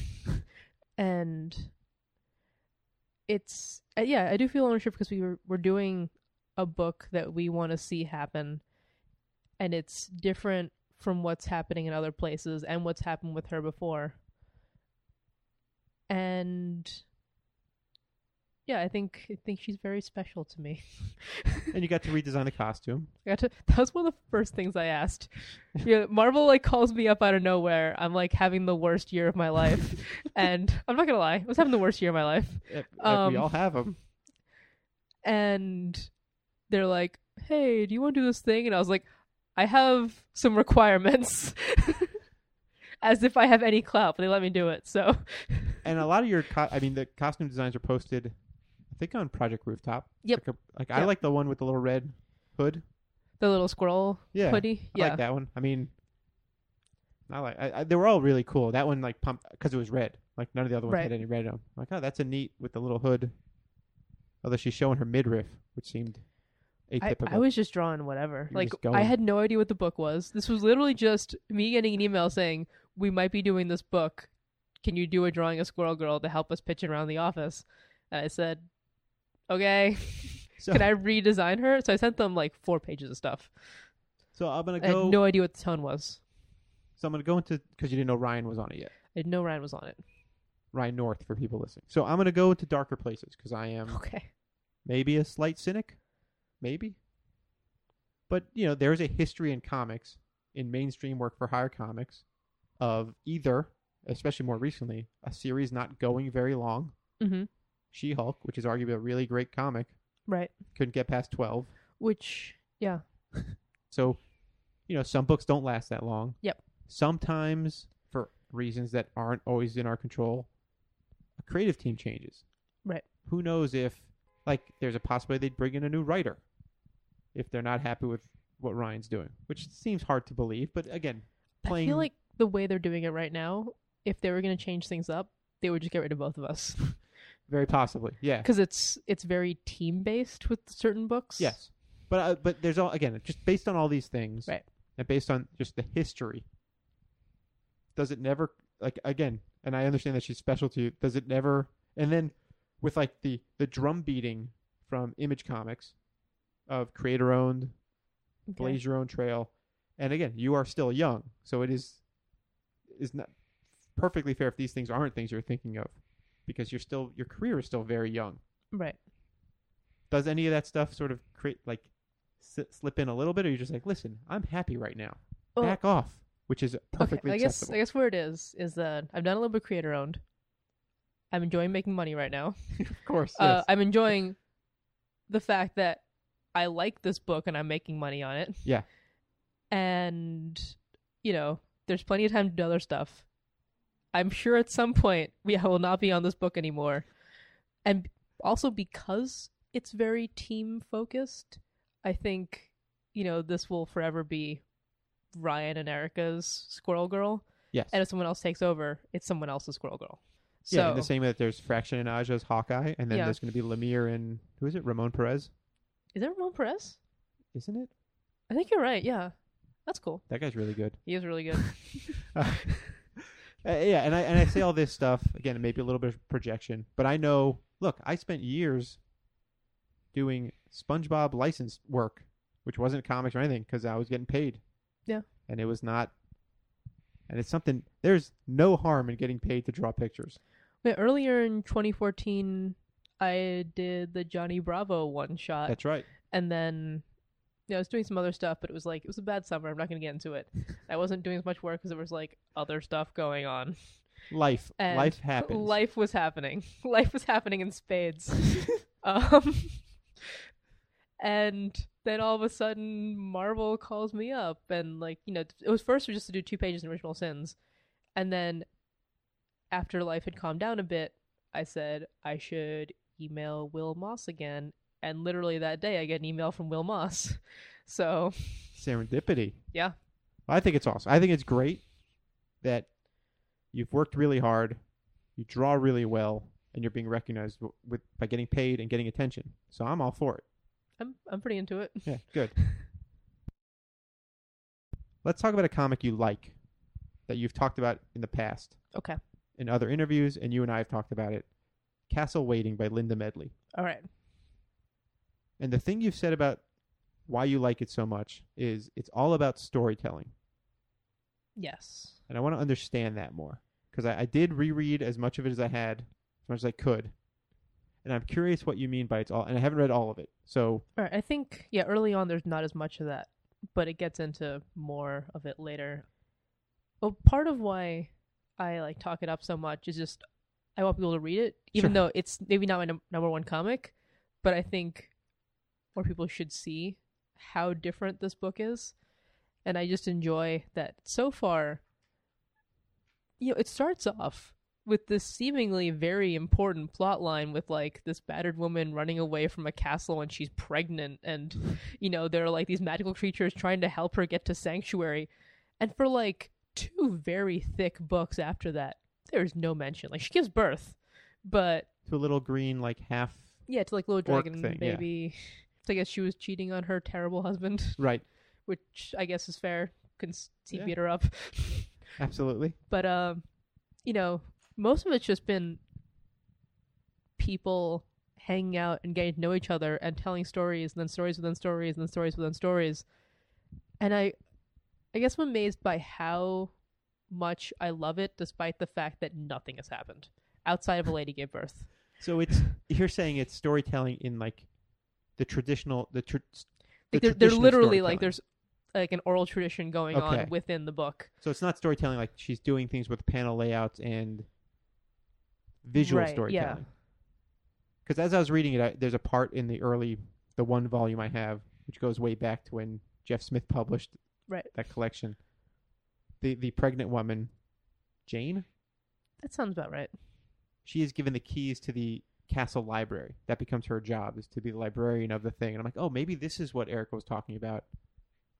C: and it's uh, yeah i do feel ownership because we were, we're doing a book that we want to see happen and it's different from what's happening in other places and what's happened with her before and yeah i think i think she's very special to me
A: and you got to redesign the costume.
C: I got to, that was one of the first things i asked yeah marvel like calls me up out of nowhere i'm like having the worst year of my life and i'm not gonna lie i was having the worst year of my life
A: Eh, eh,
C: Um,
A: we all have them.
C: and they're like, "Hey, do you want to do this thing?" And I was like, "I have some requirements." As if I have any clout, but they let me do it. So,
A: And a lot of your, co- I mean, the costume designs are posted, I think, on Project Rooftop.
C: Yep.
A: Like, a, like I
C: Yep.
A: like the one with the little red hood.
C: the little squirrel
A: Yeah.
C: hoodie,
A: I
C: yeah,
A: like that one. I mean, I like. I, I, they were all really cool. That one like pumped because it was red. Like none of the other ones
C: Right.
A: had any red on. 'em. Like oh, that's a neat with the little hood. Although she's showing her midriff, which seemed
C: I,
A: atypical.
C: I was just drawing whatever.
A: You're
C: like
A: just
C: I
A: going.
C: had no idea what the book was. This was literally just me getting an email saying we might be doing this book. Can you do a drawing of Squirrel Girl to help us pitch it around the office? And I said, okay.
A: so,
C: Can I redesign her? So I sent them like four pages of stuff.
A: so I'm gonna
C: I had
A: go.
C: no idea what the tone was.
A: so I'm gonna go into because you didn't know Ryan was on it yet.
C: I didn't know Ryan was on it.
A: Ryan North for people listening. So I'm gonna go into darker places because I am
C: Okay.
A: maybe a slight cynic, maybe. But you know, there's a history in comics, in mainstream work for hire comics, of either, especially more recently, a series not going very long.
C: Mm-hmm.
A: She Hulk, which is arguably a really great comic,
C: Right.
A: couldn't get past twelve.
C: Which, yeah.
A: So, you know, some books don't last that long.
C: Yep.
A: Sometimes for reasons that aren't always in our control, a creative team changes.
C: Right.
A: Who knows if like there's a possibility they'd bring in a new writer if they're not happy with what Ryan's doing, which seems hard to believe, but again, playing
C: I feel like the way they're doing it right now, if they were going to change things up, they would just get rid of both of us
A: very possibly. Yeah.
C: because it's it's very team based with certain books.
A: Yes, but uh, but there's all again just based on all these things,
C: Right.
A: And based on just the history, does it never like again? And I understand that she's special to you. Does it never? And then with like the the drum beating from Image Comics of creator owned,
C: Okay.
A: blaze your own trail, and again you are still young, so it is is not perfectly fair if these things aren't things you're thinking of because you're still your career is still very young.
C: Right.
A: Does any of that stuff sort of create like s- slip in a little bit, or you're just like, listen, I'm happy right now,
C: Well,
A: back off, which is perfectly
C: Oh. I guess
A: acceptable.
C: I guess where it is is that I've done a little bit creator owned. I'm enjoying making money right now.
A: of course,
C: Uh,
A: yes.
C: I'm enjoying the fact that I like this book and I'm making money on it.
A: Yeah.
C: And you know, there's plenty of time to do other stuff. I'm sure at some point we I will not be on this book anymore. And also because it's very team focused, I think, you know, this will forever be Ryan and Erica's Squirrel Girl.
A: yes.
C: And if someone else takes over, it's someone else's Squirrel Girl. So
A: yeah, in the same way that there's Fraction and Aja's Hawkeye, and then
C: Yeah.
A: there's going to be Lemire and who is it? Ramon Perez,
C: is that Ramon Perez?
A: isn't it?
C: I think you're right. Yeah, that's cool.
A: That guy's really good.
C: He is really good.
A: Uh, yeah, and I and I say all this stuff again, maybe a little bit of projection, but I know. Look, I spent years doing SpongeBob licensed work, which wasn't comics or anything, because I was getting paid.
C: Yeah.
A: and it was not. And it's something. There's no harm in getting paid to draw pictures.
C: Wait, earlier in 2014, I did the Johnny Bravo one shot,
A: That's right.
C: and then yeah, I was doing some other stuff, but it was like it was a bad summer. I'm not going to get into it. I wasn't doing as much work because there was like other stuff going on.
A: Life,
C: And
A: life happens.
C: Life was happening. Life was happening in spades. um, and then all of a sudden, Marvel calls me up, and like you know, it was first just to do two pages in Original Sins, and then after life had calmed down a bit, I said I should email Will Moss again, and literally that day, I get an email from Will Moss. So
A: serendipity.
C: Yeah.
A: I think it's awesome. I think it's great that you've worked really hard, you draw really well, and you're being recognized w- with by getting paid and getting attention. So I'm all for it.
C: I'm I'm pretty into it.
A: Yeah, good. Let's talk about a comic you like that you've talked about in the past
C: Okay,
A: in other interviews, and you and I have talked about it. Castle Waiting by Linda Medley.
C: all right.
A: And the thing you've said about why you like it so much is it's all about storytelling.
C: Yes.
A: and I want to understand that more because I, I did reread as much of it as I had, as much as I could, and I'm curious what you mean by it's all. And I haven't read all of it, so
C: All right, I think yeah, early on there's not as much of that, but it gets into more of it later. Well, part of why I like talk it up so much is just I want people to read it, even
A: Sure.
C: though it's maybe not my num- number one comic, but I think more people should see how different this book is, and I just enjoy that so far. You know, it starts off with this seemingly very important plot line with like this battered woman running away from a castle and she's pregnant and you know there are like these magical creatures trying to help her get to sanctuary and for like two very thick books after that there's no mention like she gives birth but
A: to a little green like half
C: yeah to like little dragon
A: thing, yeah.
C: baby so i guess she was cheating on her terrible husband
A: right,
C: which i guess is fair since he
A: Yeah.
C: beat her up
A: absolutely
C: but um you know most of it's just been people hanging out and getting to know each other and telling stories and then stories within stories and then stories within stories and i i guess i'm amazed by how much i love it despite the fact that nothing has happened outside of a lady gave birth
A: So it's you're saying it's storytelling in like the traditional the tr- the
C: like they're, they're
A: traditional
C: literally like
A: storytelling.
C: there's like an oral tradition going
A: Okay.
C: on within the book
A: so it's not storytelling like she's doing things with panel layouts and visual
C: Right, yeah.
A: storytelling. Because as I was reading it, I, there's a part in the early the one volume I have which goes way back to when Jeff Smith published
C: Right.
A: that collection. The the pregnant woman, Jane,
C: that sounds about right
A: she is given the keys to the castle library. That becomes her job is to be the librarian of the thing. And I'm like, oh, maybe this is what Erica was talking about.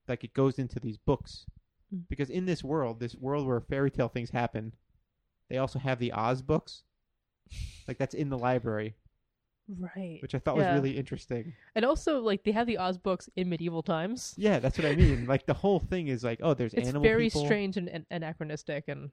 A: Like it goes into these books
C: Mm.
A: because in this world, this world where fairy tale things happen, they also have the Oz books. Like that's in the library,
C: right
A: which I thought
C: Yeah.
A: was really interesting.
C: and also like they have the oz books in medieval times
A: Yeah, that's what I mean. like the whole thing is like, oh, there's
C: it's
A: animal
C: very
A: people.
C: strange and, and anachronistic and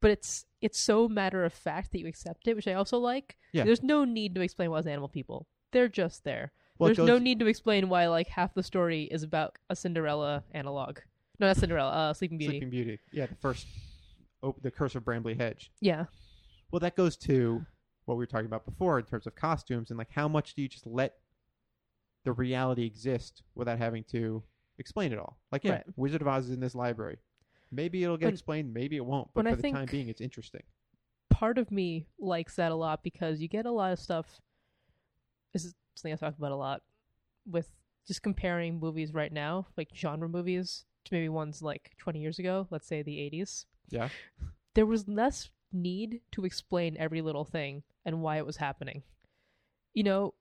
C: but it's it's so matter of fact that you accept it which i also like
A: Yeah.
C: there's no need to explain why it's animal people they're just there
A: Well, it
C: there's no
A: goes-
C: need to explain why like half the story is about a cinderella analog no not cinderella uh sleeping beauty
A: Sleeping Beauty. Yeah, the first op- the Curse of Brambley Hedge.
C: Yeah.
A: Well, that goes to what we were talking about before in terms of costumes and like how much do you just let the reality exist without having to explain it all? Like, yeah,
C: Right.
A: Wizard of Oz is in this library. Maybe it'll get
C: When-
A: explained, maybe it won't. But for
C: when I
A: the
C: think-
A: time being, it's interesting.
C: Part of me likes that a lot because you get a lot of stuff. This is something I talk about a lot with just comparing movies right now, like genre movies, to maybe ones like 20 years ago, let's say the 80s.
A: Yeah.
C: There was less need to explain every little thing and why it was happening. You know,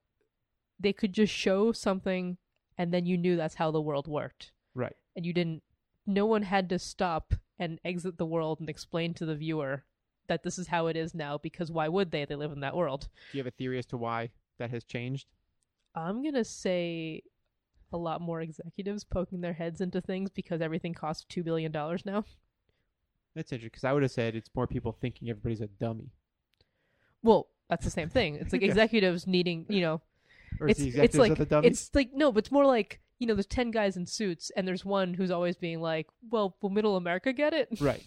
C: they could just show something and then you knew that's how the world worked.
A: Right.
C: and you didn't no one had to stop and exit the world and explain to the viewer that this is how it is now because why would they they live in that world
A: Do you have a theory as to why that has changed?
C: i'm going to say a lot more executives poking their heads into things because everything costs 2 billion dollars now
A: That's interesting because I would have said it's more people thinking everybody's a dummy.
C: well that's the same thing it's like
A: Yeah.
C: executives needing you know
A: Or
C: it's,
A: is the
C: it's
A: executives
C: like
A: are the dummies?
C: it's like no but it's more like you know there's 10 guys in suits and there's one who's always being like well will middle america get it
A: Right.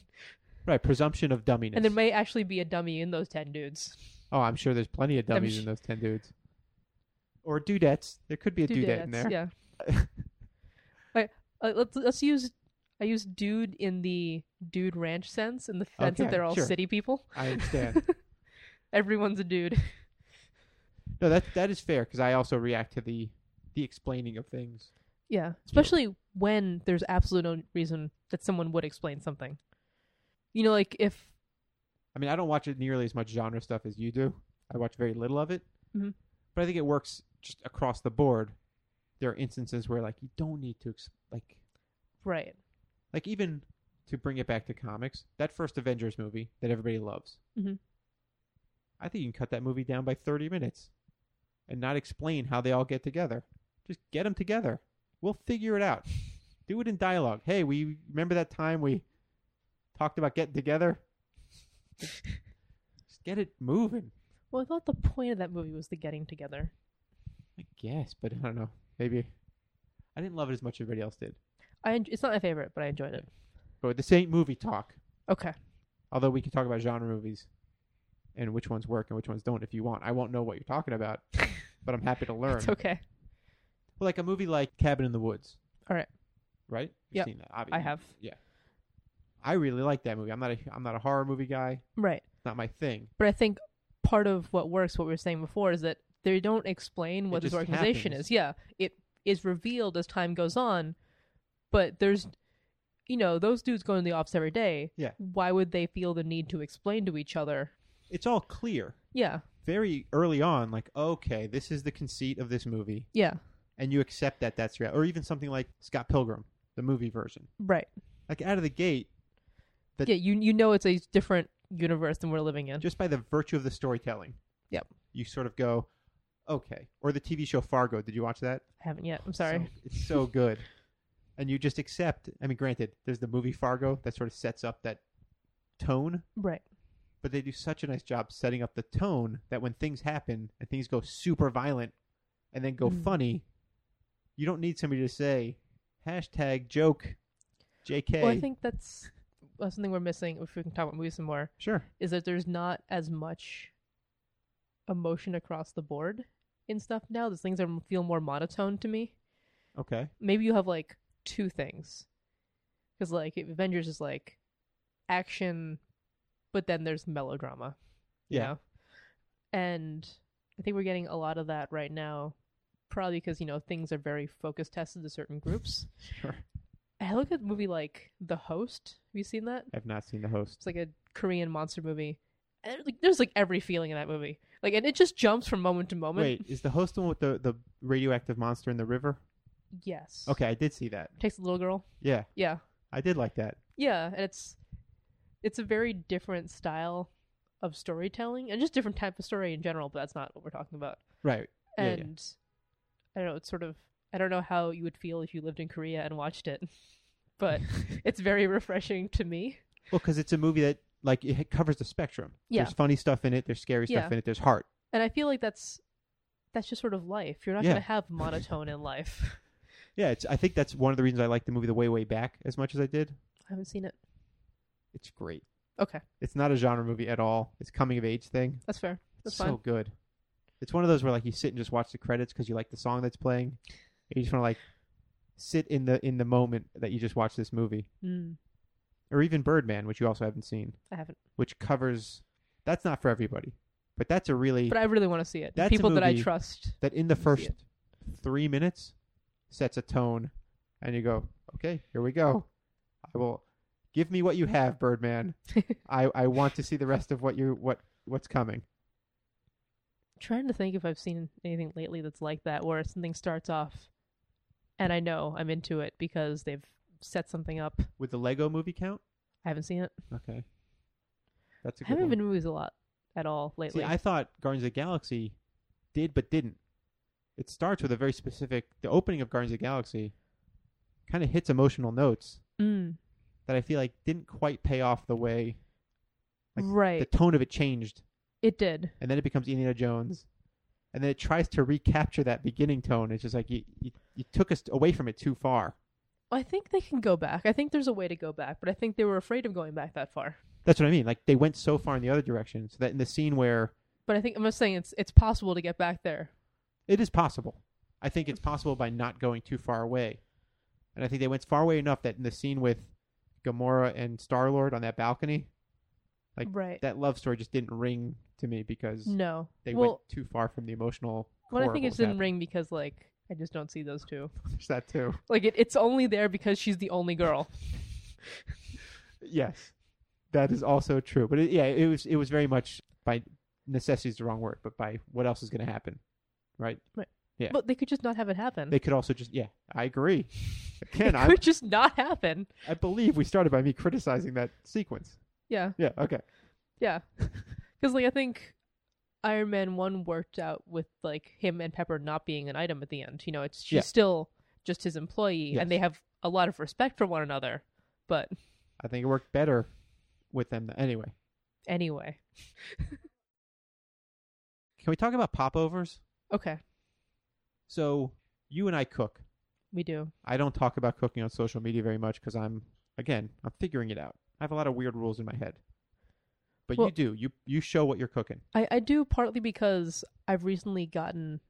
A: Right. Presumption of dumminess.
C: and there may actually be a dummy in those 10 dudes
A: oh, I'm sure there's plenty of
C: I'm
A: dummies
C: sh-
A: in those 10 dudes. Or dudettes. There could be a dudette in there.
C: Yeah. I, uh, let's let's use I use dude in the dude ranch sense in the sense
A: Okay,
C: that they're all
A: sure.
C: city people.
A: I understand.
C: Everyone's a dude.
A: no, that that is fair because I also react to the the explaining of things.
C: Yeah, especially when there's absolutely no reason that someone would explain something. You know, like if
A: I mean, I don't watch it nearly as much genre stuff as you do. I watch very little of it,
C: Mhm.
A: but I think it works just across the board. There are instances where like you don't need to ex- like
C: right,
A: like even to bring it back to comics, that first Avengers movie that everybody loves.
C: Mhm.
A: I think you can cut that movie down by 30 minutes and not explain how they all get together. Just get them together. We'll figure it out. Do it in dialogue. Hey, we remember that time we talked about getting together? Just get it moving.
C: well, I thought the point of that movie was the getting together.
A: I guess, but I don't know. Maybe I didn't love it as much as everybody else did.
C: I en- it's not my favorite, but I enjoyed it.
A: But this ain't movie talk.
C: Okay,
A: Although we can talk about genre movies and which ones work and which ones don't if you want. I won't know what you're talking about, but I'm happy to learn.
C: it's okay.
A: Well, like a movie like Cabin in the Woods.
C: All right.
A: Right? You've
C: Yep.
A: seen that, obviously.
C: I have
A: I really like that movie. I'm not a I'm not a horror movie guy.
C: right.
A: It's not my thing.
C: But I think part of what works, what we were saying before, is that they don't explain what
A: It
C: this
A: just
C: organization
A: happens.
C: is. Yeah, it is revealed as time goes on, but there's, you know, those dudes go in the office every day.
A: Yeah.
C: Why would they feel the need to explain to each other?
A: It's all clear.
C: Yeah,
A: Very early on, like, okay, this is the conceit of this movie,
C: yeah,
A: and you accept that that's real. Or even something like Scott Pilgrim, the movie version.
C: right.
A: Like out of the gate, But-
C: yeah, you you know it's a different universe than we're living in.
A: just by the virtue of the storytelling.
C: Yep.
A: You sort of go, okay. Or the TV show Fargo. Did you watch that?
C: I haven't yet. I'm sorry.
A: So- it's so good. And you just accept. I mean, granted, there's the movie Fargo that sort of sets up that tone,
C: right.
A: but they do such a nice job setting up the tone that when things happen and things go super violent and then go
C: Mm.
A: funny, you don't need somebody to say hashtag joke JK.
C: Well, I think that's uh, something we're missing. If we can talk about movies some more,
A: sure.
C: is that there's not as much emotion across the board in stuff now. Those things are feel more monotone to me.
A: Okay.
C: Maybe you have like two things, because like Avengers is like action, but then there's melodrama. You
A: Yeah.
C: know? and I think we're getting a lot of that right now, probably because you know things are very focus tested to certain groups.
A: Sure.
C: I look at a movie like The Host. Have you seen that?
A: I've not seen the host.
C: It's like a Korean monster movie. And there's, like, there's like every feeling in that movie. Like, and it just jumps from moment to moment.
A: Wait, is the host the one with the, the radioactive monster in the river?
C: Yes.
A: Okay, I did see that.
C: Takes the little girl.
A: Yeah,
C: Yeah.
A: I did like that.
C: Yeah. And it's it's a very different style of storytelling and just different type of story in general. But that's not what we're talking about.
A: Right. Yeah, yeah.
C: And I don't know. It's sort of I don't know how you would feel if you lived in Korea and watched it, but it's very refreshing to me.
A: Well, because it's a movie that like it covers the spectrum.
C: Yeah.
A: There's funny stuff in it. There's scary stuff
C: Yeah.
A: in it. There's heart.
C: And I feel like that's that's just sort of life. You're not
A: Yeah.
C: gonna have monotone in life.
A: Yeah, it's. I think that's one of the reasons I like the movie The Way Way Back as much as I did.
C: I haven't seen it.
A: It's great.
C: Okay,
A: It's not a genre movie at all. It's coming of age thing.
C: that's fair. That's
A: so
C: fine.
A: good. It's one of those where like you sit and just watch the credits because you like the song that's playing. And you just want to like sit in the in the moment that you just watched this movie,
C: Mm,
A: or even Birdman, which you also haven't seen,
C: I haven't,
A: which covers. That's not for everybody, but that's a really
C: but I really want to see it. The
A: That's a
C: People that I
A: movie-
C: trust.
A: that in the
C: see
A: first
C: it.
A: three minutes sets a tone, and you go, okay, here we go. I will give me what you have, Birdman. I I want to see the rest of what you what what's coming.
C: trying to think if I've seen anything lately that's like that, where something starts off, and I know I'm into it because they've set something up.
A: Would the Lego movie count?
C: I haven't seen it.
A: Okay. That's a
C: I
A: good
C: haven't
A: one.
C: been to movies a lot at all lately.
A: See, I thought Guardians of the Galaxy did but didn't. It starts with a very specific the opening of Guardians of the Galaxy kind of hits emotional notes
C: mm,
A: that I feel like didn't quite pay off the way like,
C: right.
A: the tone of it changed
C: it did.
A: and then it becomes Indiana Jones. And then it tries to recapture that beginning tone. It's just like you, you, you took us away from it too far.
C: I think they can go back. I think there's a way to go back, but I think they were afraid of going back that far.
A: That's what I mean. Like they went so far in the other direction, so that in the scene where
C: But I think I'm just saying it's it's possible to get back there.
A: It is possible. I think it's possible by not going too far away. And I think they went far away enough that in the scene with Gamora and Star Lord on that balcony, Like,
C: right.
A: that love story just didn't ring to me because
C: no.
A: they
C: Mm. well,
A: went too far from the emotional.
C: what
A: core
C: I
A: of
C: think
A: what
C: it
A: was
C: just didn't
A: happening.
C: ring because like I just don't see those two.
A: There's that too.
C: Like it, it's only there because she's the only girl.
A: Yes, that is also true. But it, yeah, it was it was very much by necessity is the wrong word, but by what else is going to happen, right? Yeah.
C: But they could just not have it happen.
A: They could also just yeah, I agree.
C: it
A: Again, I
C: Hmm? could just not happen.
A: I believe we started by me criticizing that sequence.
C: Yeah,
A: Yeah, okay.
C: yeah. Because like I think Iron Man one worked out with like him and Pepper not being an item at the end. You know, it's she's
A: Yeah.
C: still just his employee,
A: Yes.
C: and they have a lot of respect for one another. But
A: I think it worked better with them. th- Anyway,
C: anyway,
A: can we talk about popovers?
C: okay,
A: So you and I cook.
C: we do.
A: I don't talk about cooking on social media very much because I'm again I'm figuring it out. I have a lot of weird rules in my head. But
C: Well-
A: you do. You you show what you're cooking.
C: I I do partly because I've recently gotten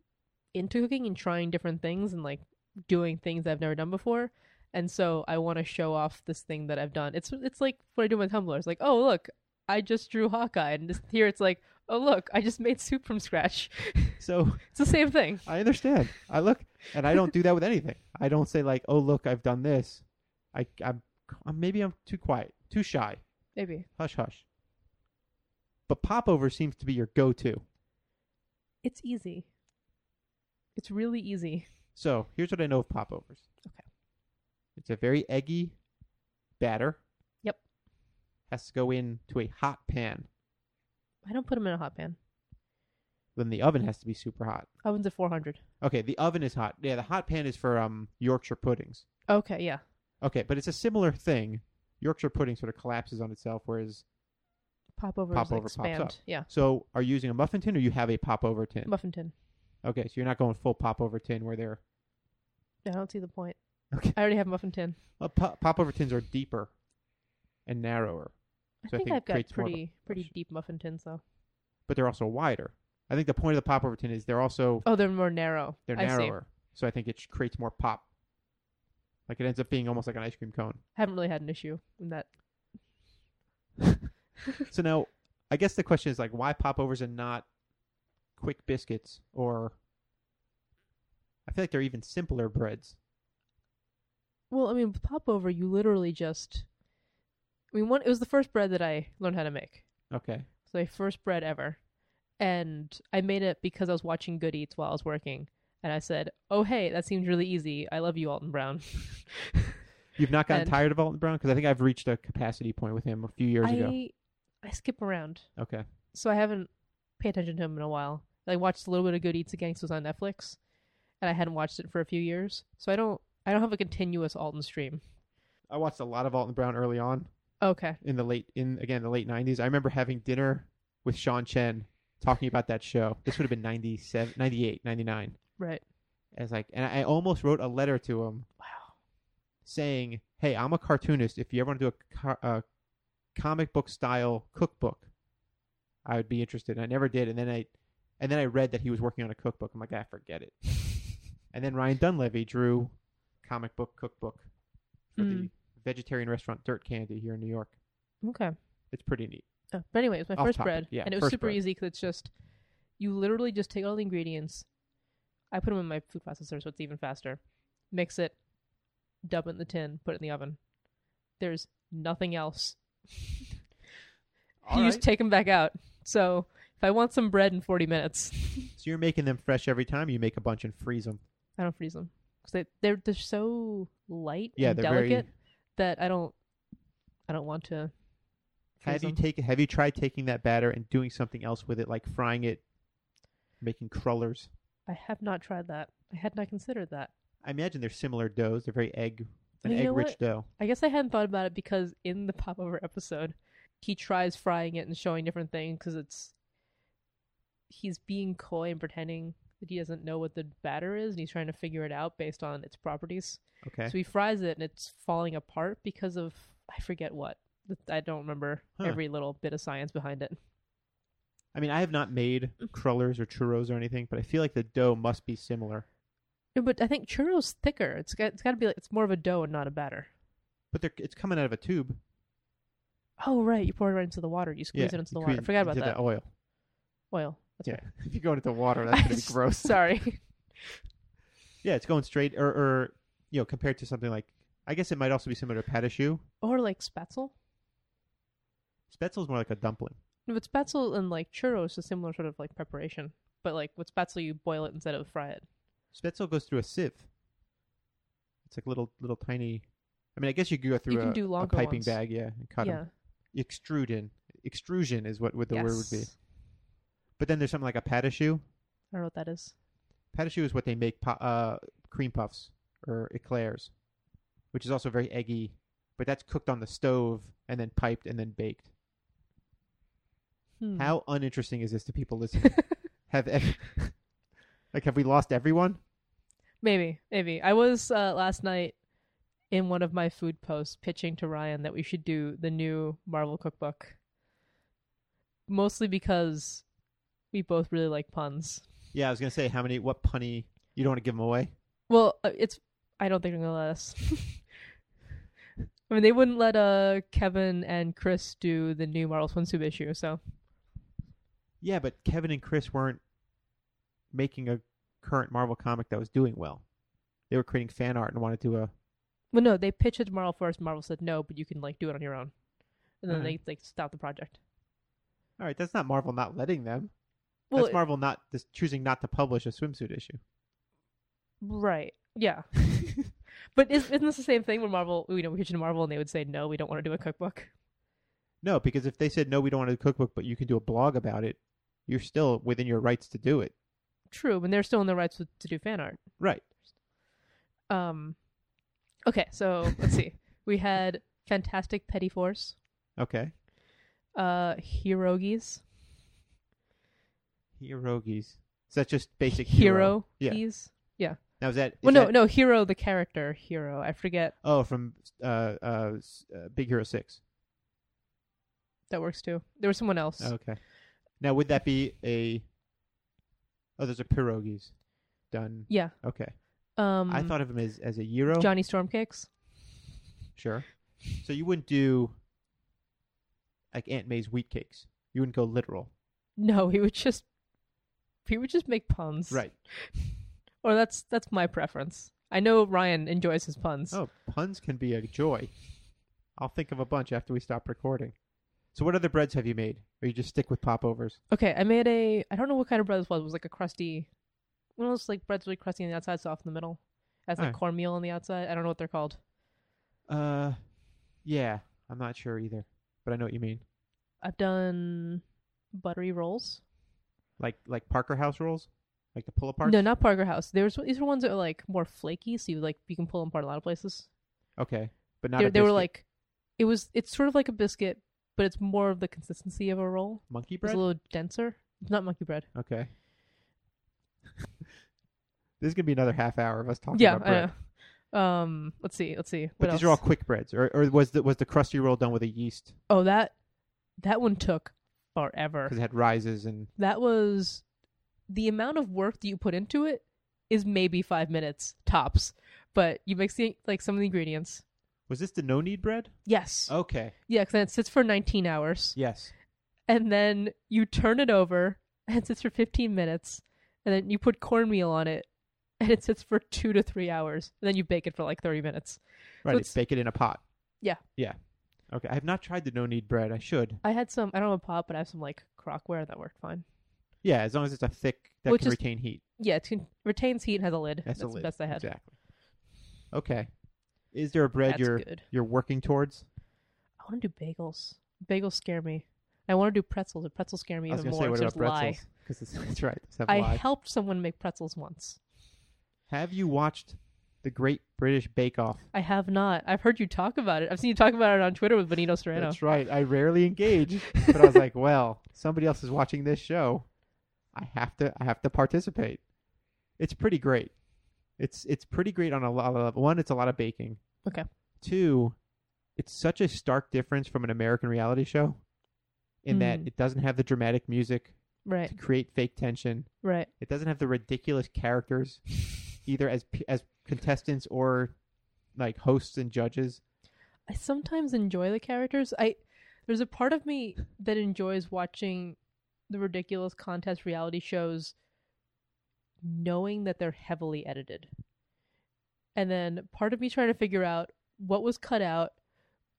C: into cooking and trying different things and like doing things I've never done before. And so I want to show off this thing that I've done. It's it's like what I do with Tumblr. It's like, oh look, I just drew Hawkeye, and this, here it's like, oh look, I just made soup from scratch.
A: So
C: it's the same thing.
A: I understand. I look and I don't do that with anything. I don't say like, "Oh, look, I've done this." I I'm, I'm maybe I'm too quiet, too shy.
C: Maybe
A: Hush hush. But popover seems to be your go-to.
C: it's easy. It's really easy.
A: So here's what I know of popovers.
C: Okay.
A: It's a very eggy batter.
C: Yep.
A: Has to go into a hot pan.
C: I don't put them in a hot pan.
A: Then the oven has to be super hot.
C: Oven's at 400.
A: Okay, the oven is hot. Yeah, the hot pan is for um Yorkshire puddings.
C: Okay, yeah.
A: Okay, but it's a similar thing. Yorkshire pudding sort of collapses on itself, whereas
C: Popover is
A: Popover
C: like
A: pops
C: spammed.
A: up.
C: Yeah.
A: so are you using a muffin tin or you have a popover tin?
C: Muffin tin.
A: okay, so you're not going full popover tin where they're
C: I don't see the point.
A: Okay.
C: I already have muffin tin.
A: well, po- popover tins are deeper and narrower,
C: I
A: So I
C: think,
A: think it
C: I've got
A: creates more of a
C: pretty pretty
A: push.
C: deep muffin tins though.
A: but they're also wider. I think the point of the popover tin is they're also
C: Oh, they're more narrow.
A: They're
C: I See.
A: narrower, so I think it sh- creates more pop. Like it ends up being almost like an ice cream cone.
C: Haven't really had an issue in that.
A: so now, I guess the question is like, why popovers and not quick biscuits or? I feel like they're even simpler breads.
C: Well, I mean, with popover, you literally just. I mean, one it was the first bread that I learned how to make.
A: Okay,
C: It's my first bread ever, and I made it because I was watching Good Eats while I was working, and I said, "Oh hey, that seems really easy. I love you, Alton Brown."
A: you've not gotten
C: And-
A: tired of Alton Brown because I think I've reached a capacity point with him a few years ago.
C: I I skip around,
A: Okay,
C: so I haven't paid attention to him in a while. I watched a little bit of Good Eats again 'cause it was on Netflix, and I hadn't watched it for a few years. So I don't I don't have a continuous Alton stream.
A: I watched a lot of Alton Brown early on
C: Okay,
A: in the late in again the late '90s. I remember having dinner with Sean Chen talking about that show. This would have been 97, 98, 99.
C: right.
A: as like and I almost wrote a letter to him
C: Wow.
A: saying, "Hey, I'm a cartoonist. If you ever want to do a, car- a comic book style cookbook. I would be interested. And I never did, and then I, and then I read that he was working on a cookbook. I'm like, ah, forget it. and then Ryan Dunleavy drew comic book cookbook for the
C: Mm.
A: vegetarian restaurant Dirt Candy here in New York.
C: Okay.
A: It's pretty neat.
C: Oh, but anyway, it was my
A: Off
C: first
A: topic,
C: bread,
A: yeah,
C: and it was
A: first
C: super
A: bread.
C: easy 'cause easy because it's just you literally just take all the ingredients, I put them in my food processor, so it's even faster. Mix it, dump it in the tin, put it in the oven. There's nothing else.
A: All
C: you
A: right.
C: just take them back out. So if I want some bread in 40 minutes,
A: so you're making them fresh every time. You make a bunch and freeze them.
C: I don't freeze them because they they're they're so light
A: Yeah,
C: and
A: they're
C: delicate
A: very.
C: that I don't I don't want to.
A: Have
C: freeze
A: you
C: them.
A: take Have you tried taking that batter and doing something else with it, like frying it, making crullers?
C: I have not tried that. I had not considered that.
A: I imagine they're similar doughs. They're very egg, an
C: You know
A: egg rich
C: what?
A: dough.
C: I guess I hadn't thought about it because in the popover episode, he tries frying it and showing different things because it's he's being coy and pretending that he doesn't know what the batter is and he's trying to figure it out based on its properties.
A: Okay.
C: So he fries it and it's falling apart because of I forget what. I don't remember
A: Huh.
C: every little bit of science behind it.
A: I mean, I have not made
C: Mm.
A: crullers or churros or anything, but I feel like the dough must be similar.
C: No, but I think churro's thicker. It's got, it's got to be like it's more of a dough and not a batter.
A: But they're, it's coming out of a tube.
C: Oh right, you pour it right into the water. You squeeze it into the
A: you
C: water. I
A: clean-
C: forgot about
A: into
C: that.
A: The oil.
C: Oil. That's
A: yeah.
C: right.
A: if you go into the water, that's gonna be gross.
C: Sorry.
A: Yeah, it's going straight, or, or you know, compared to something like, I guess it might also be similar to pate choux.
C: or like spatzel.
A: Spetzel's more like a dumpling.
C: No, but spatzel and like churros is a similar sort of like preparation. But like with spatzel, you boil it instead of fry it.
A: Spetzel goes through a sieve. It's like little, little tiny. I mean, I guess you could go through
C: can
A: a,
C: do
A: a
C: longer
A: piping
C: ones.
A: bag, yeah, and cut
C: yeah.
A: them. Extrude in. Extrusion is what, what the word would be. But then there's something like a pate choux.
C: I don't know what that is.
A: Pate choux is what they make pu- uh, cream puffs or eclairs, which is also very eggy, but that's cooked on the stove and then piped and then baked.
C: Hmm.
A: How uninteresting is this to people listening? have ev- like have we lost everyone?
C: Maybe, maybe. I was uh, last night in one of my food posts pitching to Ryan that we should do the new Marvel cookbook. Mostly because we both really like puns.
A: Yeah, I was gonna say how many? What punny? You don't want to give them away.
C: Well, uh, it's. I don't think they're gonna let us. I mean, they wouldn't let uh Kevin and Chris do the new Marvel swimsuit issue, so
A: Yeah, but Kevin and Chris weren't making a current Marvel comic that was doing well. They were creating fan art and wanted to. Uh,
C: Well, no, they pitched it to Marvel first. Marvel said no, but you can like do it on your own, and then
A: Alright.
C: they like stopped the project.
A: all right, that's not Marvel not letting them.
C: Well,
A: that's Marvel not just choosing not to publish a swimsuit issue.
C: right? Yeah, but is, isn't this the same thing when Marvel, you know, we pitched it to Marvel and they would say no, we don't want to do a cookbook.
A: No, because if they said no, we don't want a cookbook, but you can do a blog about it, you're still within your rights to do it.
C: True, but they're still in their rights to, to do fan art.
A: Right.
C: Um, okay, so let's see. We had Fantastic Petty Force,
A: Okay.
C: uh, Hirogis,
A: Hirogis. Is that just basic hero?
C: Hero,
A: Yeah.
C: He's-
A: Now is that? is
C: Well, no,
A: that-
C: no, Hero the character, Hero. I forget
A: Oh, from uh, uh, s- uh, Big Hero Six.
C: that works too. There was someone else.
A: Oh, Okay. Now would that be a? Oh, there's a pierogies. Done.
C: Yeah.
A: Okay.
C: Um,
A: I thought of him as as a gyro.
C: Johnny Stormcakes.
A: Sure. So you wouldn't do like Aunt May's wheat cakes. You wouldn't go literal.
C: No, he would just he would just make puns.
A: Right.
C: Or that's that's my preference. I know Ryan enjoys his puns.
A: Oh, puns can be a joy. I'll think of a bunch after we stop recording. So what other breads have you made? Or you just stick with popovers?
C: Okay, I made a I don't know what kind of bread this was. It was like a crusty one of those like breads really crusty on the outside, soft in the middle. That's like
A: Alright.
C: cornmeal on the outside. I don't know what they're called.
A: Uh, yeah. I'm not sure either, but I know what you mean.
C: I've done buttery rolls.
A: Like like Parker House rolls, like the pull apart.
C: No, not Parker House. There's these are ones that are like more flaky, so you like you can pull them apart a lot of places.
A: Okay, but not.
C: They
A: a
C: they were
A: biscuit.
C: like it was it's sort of like a biscuit, but it's more of the consistency of a roll.
A: monkey
C: It's
A: bread.
C: a little denser. It's not monkey bread.
A: Okay. this is gonna be another half hour of us talking
C: yeah,
A: about bread.
C: I know. Um, let's see, let's see.
A: But
C: what
A: these
C: else?
A: are all quick breads, or, or was the was the crusty roll done with a yeast
C: Oh, that that one took forever.
A: because it had rises and
C: That was the amount of work that you put into it is maybe five minutes tops. But you mix the, like some of the ingredients.
A: was this the no need bread?
C: Yes. Yeah, 'cause
A: Okay,
C: Yeah, because then it sits for 19 hours.
A: yes,
C: and then you turn it over and it sits for 15 minutes and then you put cornmeal on it and it sits for two to three hours and then you bake it for like 30 minutes
A: right.
C: So
A: it's
C: it's-
A: bake it in a pot.
C: Yeah.
A: yeah. Okay, I have not tried the no need bread. I should.
C: i had some i don't have a pot but i have some like crockware that worked fine
A: Yeah, as long as it's a thick that
C: Which
A: can
C: is-
A: retain heat.
C: yeah it can- retains heat and has a lid
A: That's, a
C: the
A: lid.
C: best i had
A: Exactly. Okay. Is there a bread
C: That's
A: you're
C: good.
A: you're working towards?
C: i want to do bagels bagels scare me i want to do pretzels but pretzels scare me
A: I was
C: even
A: gonna
C: more
A: say what
C: so
A: about
C: just lie.
A: pretzels? Because it's that's right. those Have,
C: i
A: lye.
C: helped someone make pretzels once
A: have you watched the Great British Bake Off?
C: i have not i've heard you talk about it i've seen you talk about it on twitter with benito serrano
A: That's right. I rarely engage, but I was like, well, somebody else is watching this show. I have to. I have to participate. It's pretty great. It's it's pretty great on a lot of level. One, it's a lot of baking.
C: Okay.
A: Two, it's such a stark difference from an American reality show, in that
C: Mm.
A: it doesn't have the dramatic music
C: right
A: to create fake tension.
C: right
A: It doesn't have the ridiculous characters, either as p- as contestants or like hosts and judges.
C: I sometimes enjoy the characters. I there's a part of me that enjoys watching the ridiculous contest reality shows knowing that they're heavily edited. And then part of me trying to figure out what was cut out,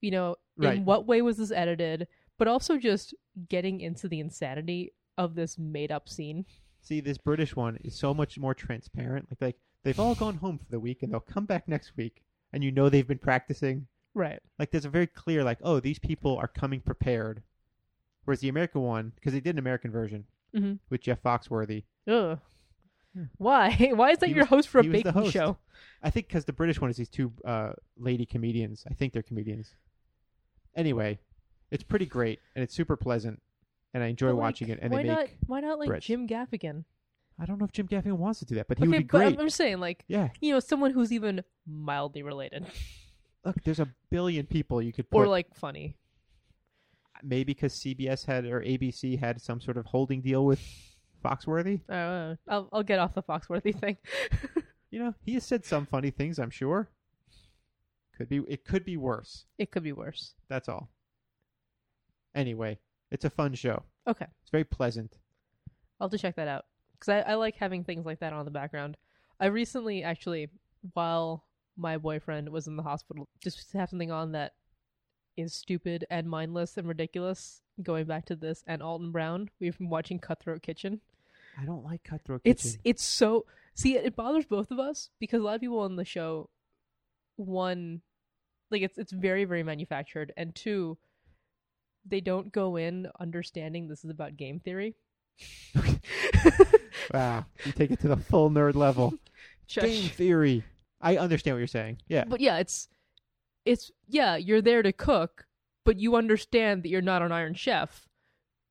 C: you know,
A: Right.
C: in what way was this edited, but also just getting into the insanity of this made up scene.
A: See, this British one is so much more transparent. Like like they've all gone home for the week and they'll come back next week and you know they've been practicing.
C: Right.
A: Like there's a very clear like, oh, these people are coming prepared. Whereas the American one, because they did an American version
C: Mhm.
A: with Jeff Foxworthy,
C: Ugh. Why? Why is that
A: He
C: your
A: was-
C: host for a
A: he was the
C: baking
A: host.
C: show?
A: I think because the British one is these two uh, lady comedians. I think they're comedians. Anyway, it's pretty great and it's super pleasant, and I enjoy
C: But, like,
A: watching it. And
C: why
A: they make.
C: not why not like
A: breads.
C: Jim Gaffigan?
A: I don't know if Jim Gaffigan wants to do that, but he would be
C: but
A: great.
C: I'm, I'm just saying, like,
A: yeah,
C: you know, someone who's even mildly related
A: look, there's a billion people you could put.
C: or like funny.
A: maybe because CBS had or ABC had some sort of holding deal with Foxworthy.
C: I don't know. I'll, I'll get off the Foxworthy thing.
A: You know, he has said some funny things. I'm sure. Could be. It could be worse.
C: it could be worse.
A: That's all. Anyway, it's a fun show.
C: Okay,
A: It's very pleasant.
C: I'll have to check that out because I, I like having things like that on the background. I recently, actually, while my boyfriend was in the hospital, just to have something on that is stupid and mindless and ridiculous. Going back to this and Alton Brown, we've been watching Cutthroat Kitchen.
A: I don't like Cutthroat
C: It's
A: Kitchen.
C: it's so see it bothers both of us because a lot of people on the show, one, like it's it's very very manufactured, and two, they don't go in understanding this is about game theory.
A: Wow, Ah, you take it to the full nerd level.
C: Shush.
A: Game theory. I understand what you're saying. Yeah,
C: But yeah, it's it's yeah you're there to cook, but you understand that you're not an Iron Chef.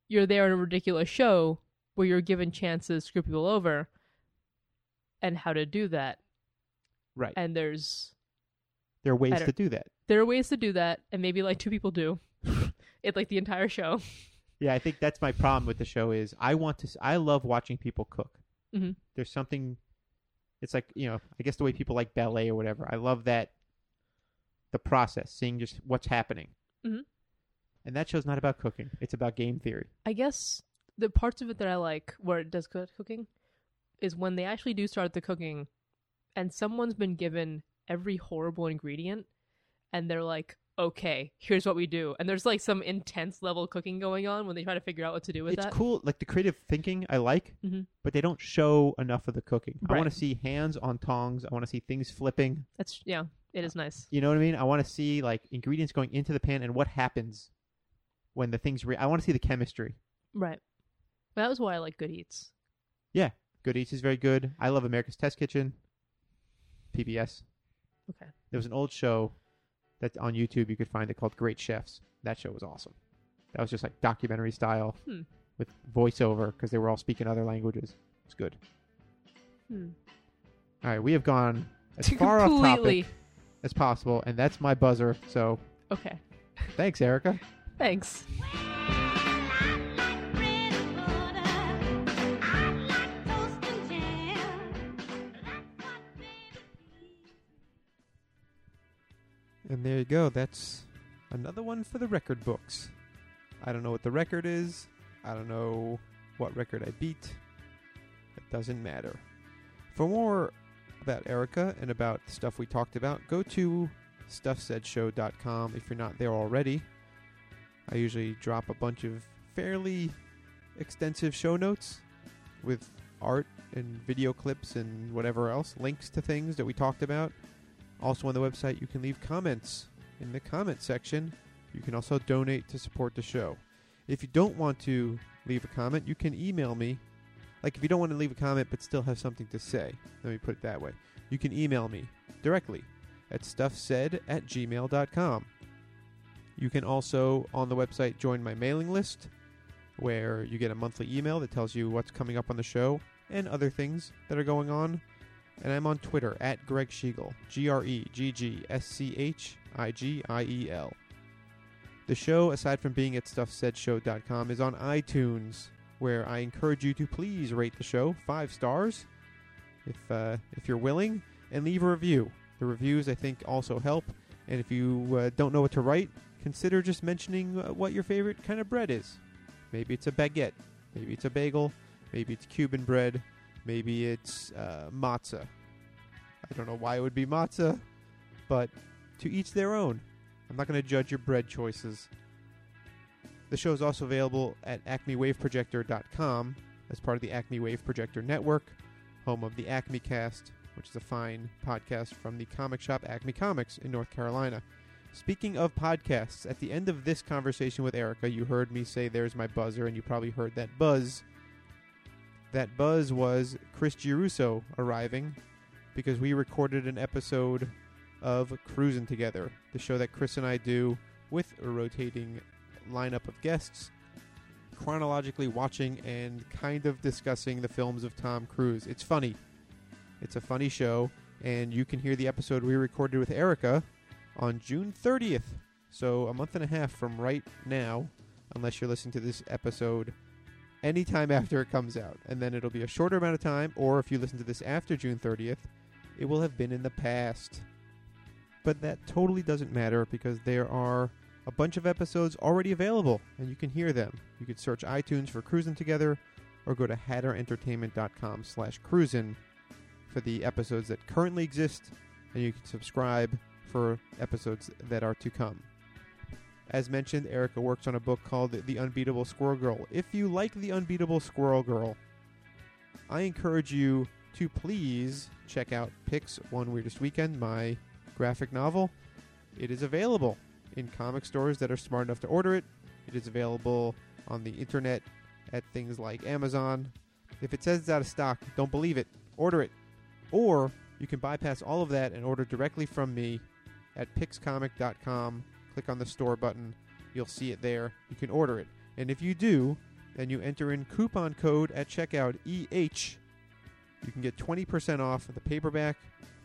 C: You're there in a ridiculous show where you're given chances to screw people over, and how to do that.
A: right.
C: And there's
A: There are ways
C: better.
A: to do that.
C: there are ways to do that, and maybe like two people do it, like the entire show.
A: Yeah, I think that's my problem with the show is I want to. s- I love watching people cook.
C: Mhm.
A: There's something. It's like you know, I guess the way people like ballet or whatever. I love that. The process, seeing just what's happening.
C: Mhm.
A: And that show's not about cooking; it's about game theory.
C: I guess the parts of it that I like where it does cook cooking is when they actually do start the cooking, and someone's been given every horrible ingredient, and they're like, "Okay, here's what we do," and there's like some intense level cooking going on when they try to figure out what to do with
A: it's
C: that.
A: cool, like the creative thinking I like,
C: Mhm.
A: but they don't show enough of the cooking. I want
C: Right.
A: to see hands on tongs. I want to see things flipping.
C: That's yeah, it is nice.
A: You know what I mean? I want to see like ingredients going into the pan and what happens when the things. Re- I want to see the chemistry.
C: Right. That was why I like Good Eats.
A: Yeah, Good Eats is very good. I love America's Test Kitchen. PBS.
C: Okay.
A: There was an old show that's on YouTube you could find it called Great Chefs. That show was awesome. That was just like documentary style
C: Hmm.
A: with voiceover because they were all speaking other languages. It's good.
C: Hmm.
A: All right, we have gone as far off
C: completely.
A: topic as possible. And that's my buzzer. So
C: Okay.
A: thanks, Erica.
C: Thanks.
A: And there you go. That's another one for the record books. I don't know what the record is. I don't know what record I beat. It doesn't matter. For more about Erica and about the stuff we talked about, go to stuffsaidshow.com if you're not there already. I usually drop a bunch of fairly extensive show notes with art and video clips and whatever else, links to things that we talked about. Also on the website, you can leave comments in the comment section. You can also donate to support the show. If you don't want to leave a comment, you can email me. Like if you don't want to leave a comment but still have something to say, let me put it that way. You can email me directly at stuffsaid at gmail.com. You can also on the website join my mailing list where you get a monthly email that tells you what's coming up on the show and other things that are going on. And I'm on Twitter at Greg Schiegel, G R E G G S C H I G I E L. The show, aside from being at StuffSaidShow.com, is on iTunes, where I encourage you to please rate the show five stars if, uh, if you're willing and leave a review. The reviews, I think, also help. And if you uh, don't know what to write, consider just mentioning uh, what your favorite kind of bread is. Maybe it's a baguette, maybe it's a bagel, maybe it's Cuban bread, maybe it's uh, matzah. I don't know why it would be matzah, but to each their own. I'm not going to judge your bread choices. The show is also available at acmewaveprojector.com as part of the Acme Wave Projector Network, home of the Acme Cast, which is a fine podcast from the comic shop Acme Comics in North Carolina. Speaking of podcasts, at the end of this conversation with Erica, you heard me say, There's my buzzer, and you probably heard that buzz. That buzz was Chris Giruso arriving because we recorded an episode of Cruising Together, the show that Chris and I do with a rotating lineup of guests, chronologically watching and kind of discussing the films of Tom Cruise. It's funny. It's a funny show, and you can hear the episode we recorded with Erica on June 30th. So, a month and a half from right now, unless you're listening to this episode anytime after it comes out. And then it'll be a shorter amount of time, or if you listen to this after June 30th, it will have been in the past. But that totally doesn't matter because there are a bunch of episodes already available and you can hear them. You could search iTunes for Cruisin' Together or go to hatterentertainment.com slash cruisin' for the episodes that currently exist and you can subscribe for episodes that are to come. As mentioned, Erica works on a book called The Unbeatable Squirrel Girl. If you like The Unbeatable Squirrel Girl, I encourage you to please check out Picks One Weirdest Weekend, my graphic novel. It is available in comic stores that are smart enough to order it. It is available on the internet at things like Amazon. If it says it's out of stock, don't believe it. Order it. Or you can bypass all of that and order directly from me at pixcomic.com. Click on the store button. You'll see it there. You can order it. And if you do, then you enter in coupon code at checkout EH. You can get 20% off the paperback,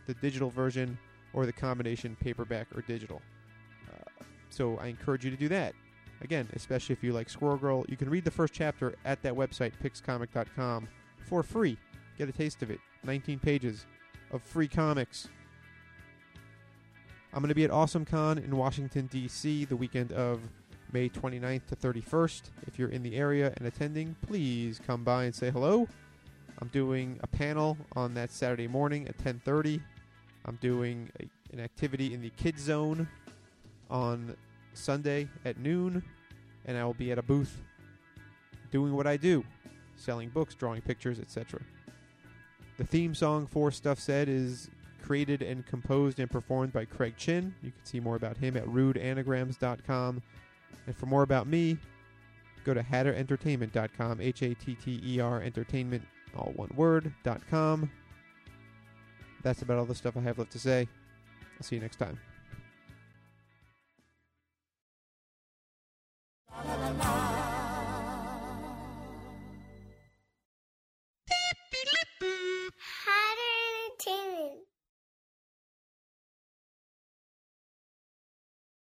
A: the digital version, or the combination paperback or digital. Uh, so I encourage you to do that. Again, especially if you like Squirrel Girl, you can read the first chapter at that website, pixcomic.com, for free. Get a taste of it. 19 pages of free comics. I'm going to be at AwesomeCon in Washington, D.C. the weekend of May 29th to 31st. If you're in the area and attending, please come by and say hello. I'm doing a panel on that Saturday morning at 10:30. I'm doing a, an activity in the kids zone on Sunday at noon, and I will be at a booth doing what I do, selling books, drawing pictures, etc. The theme song for Stuff Said is created and composed and performed by Craig Chin. You can see more about him at rudeanagrams.com. And for more about me, go to hatterentertainment.com, H A T T E R entertainment, all one word, dot com. That's about all the stuff I have left to say. I'll see you next time.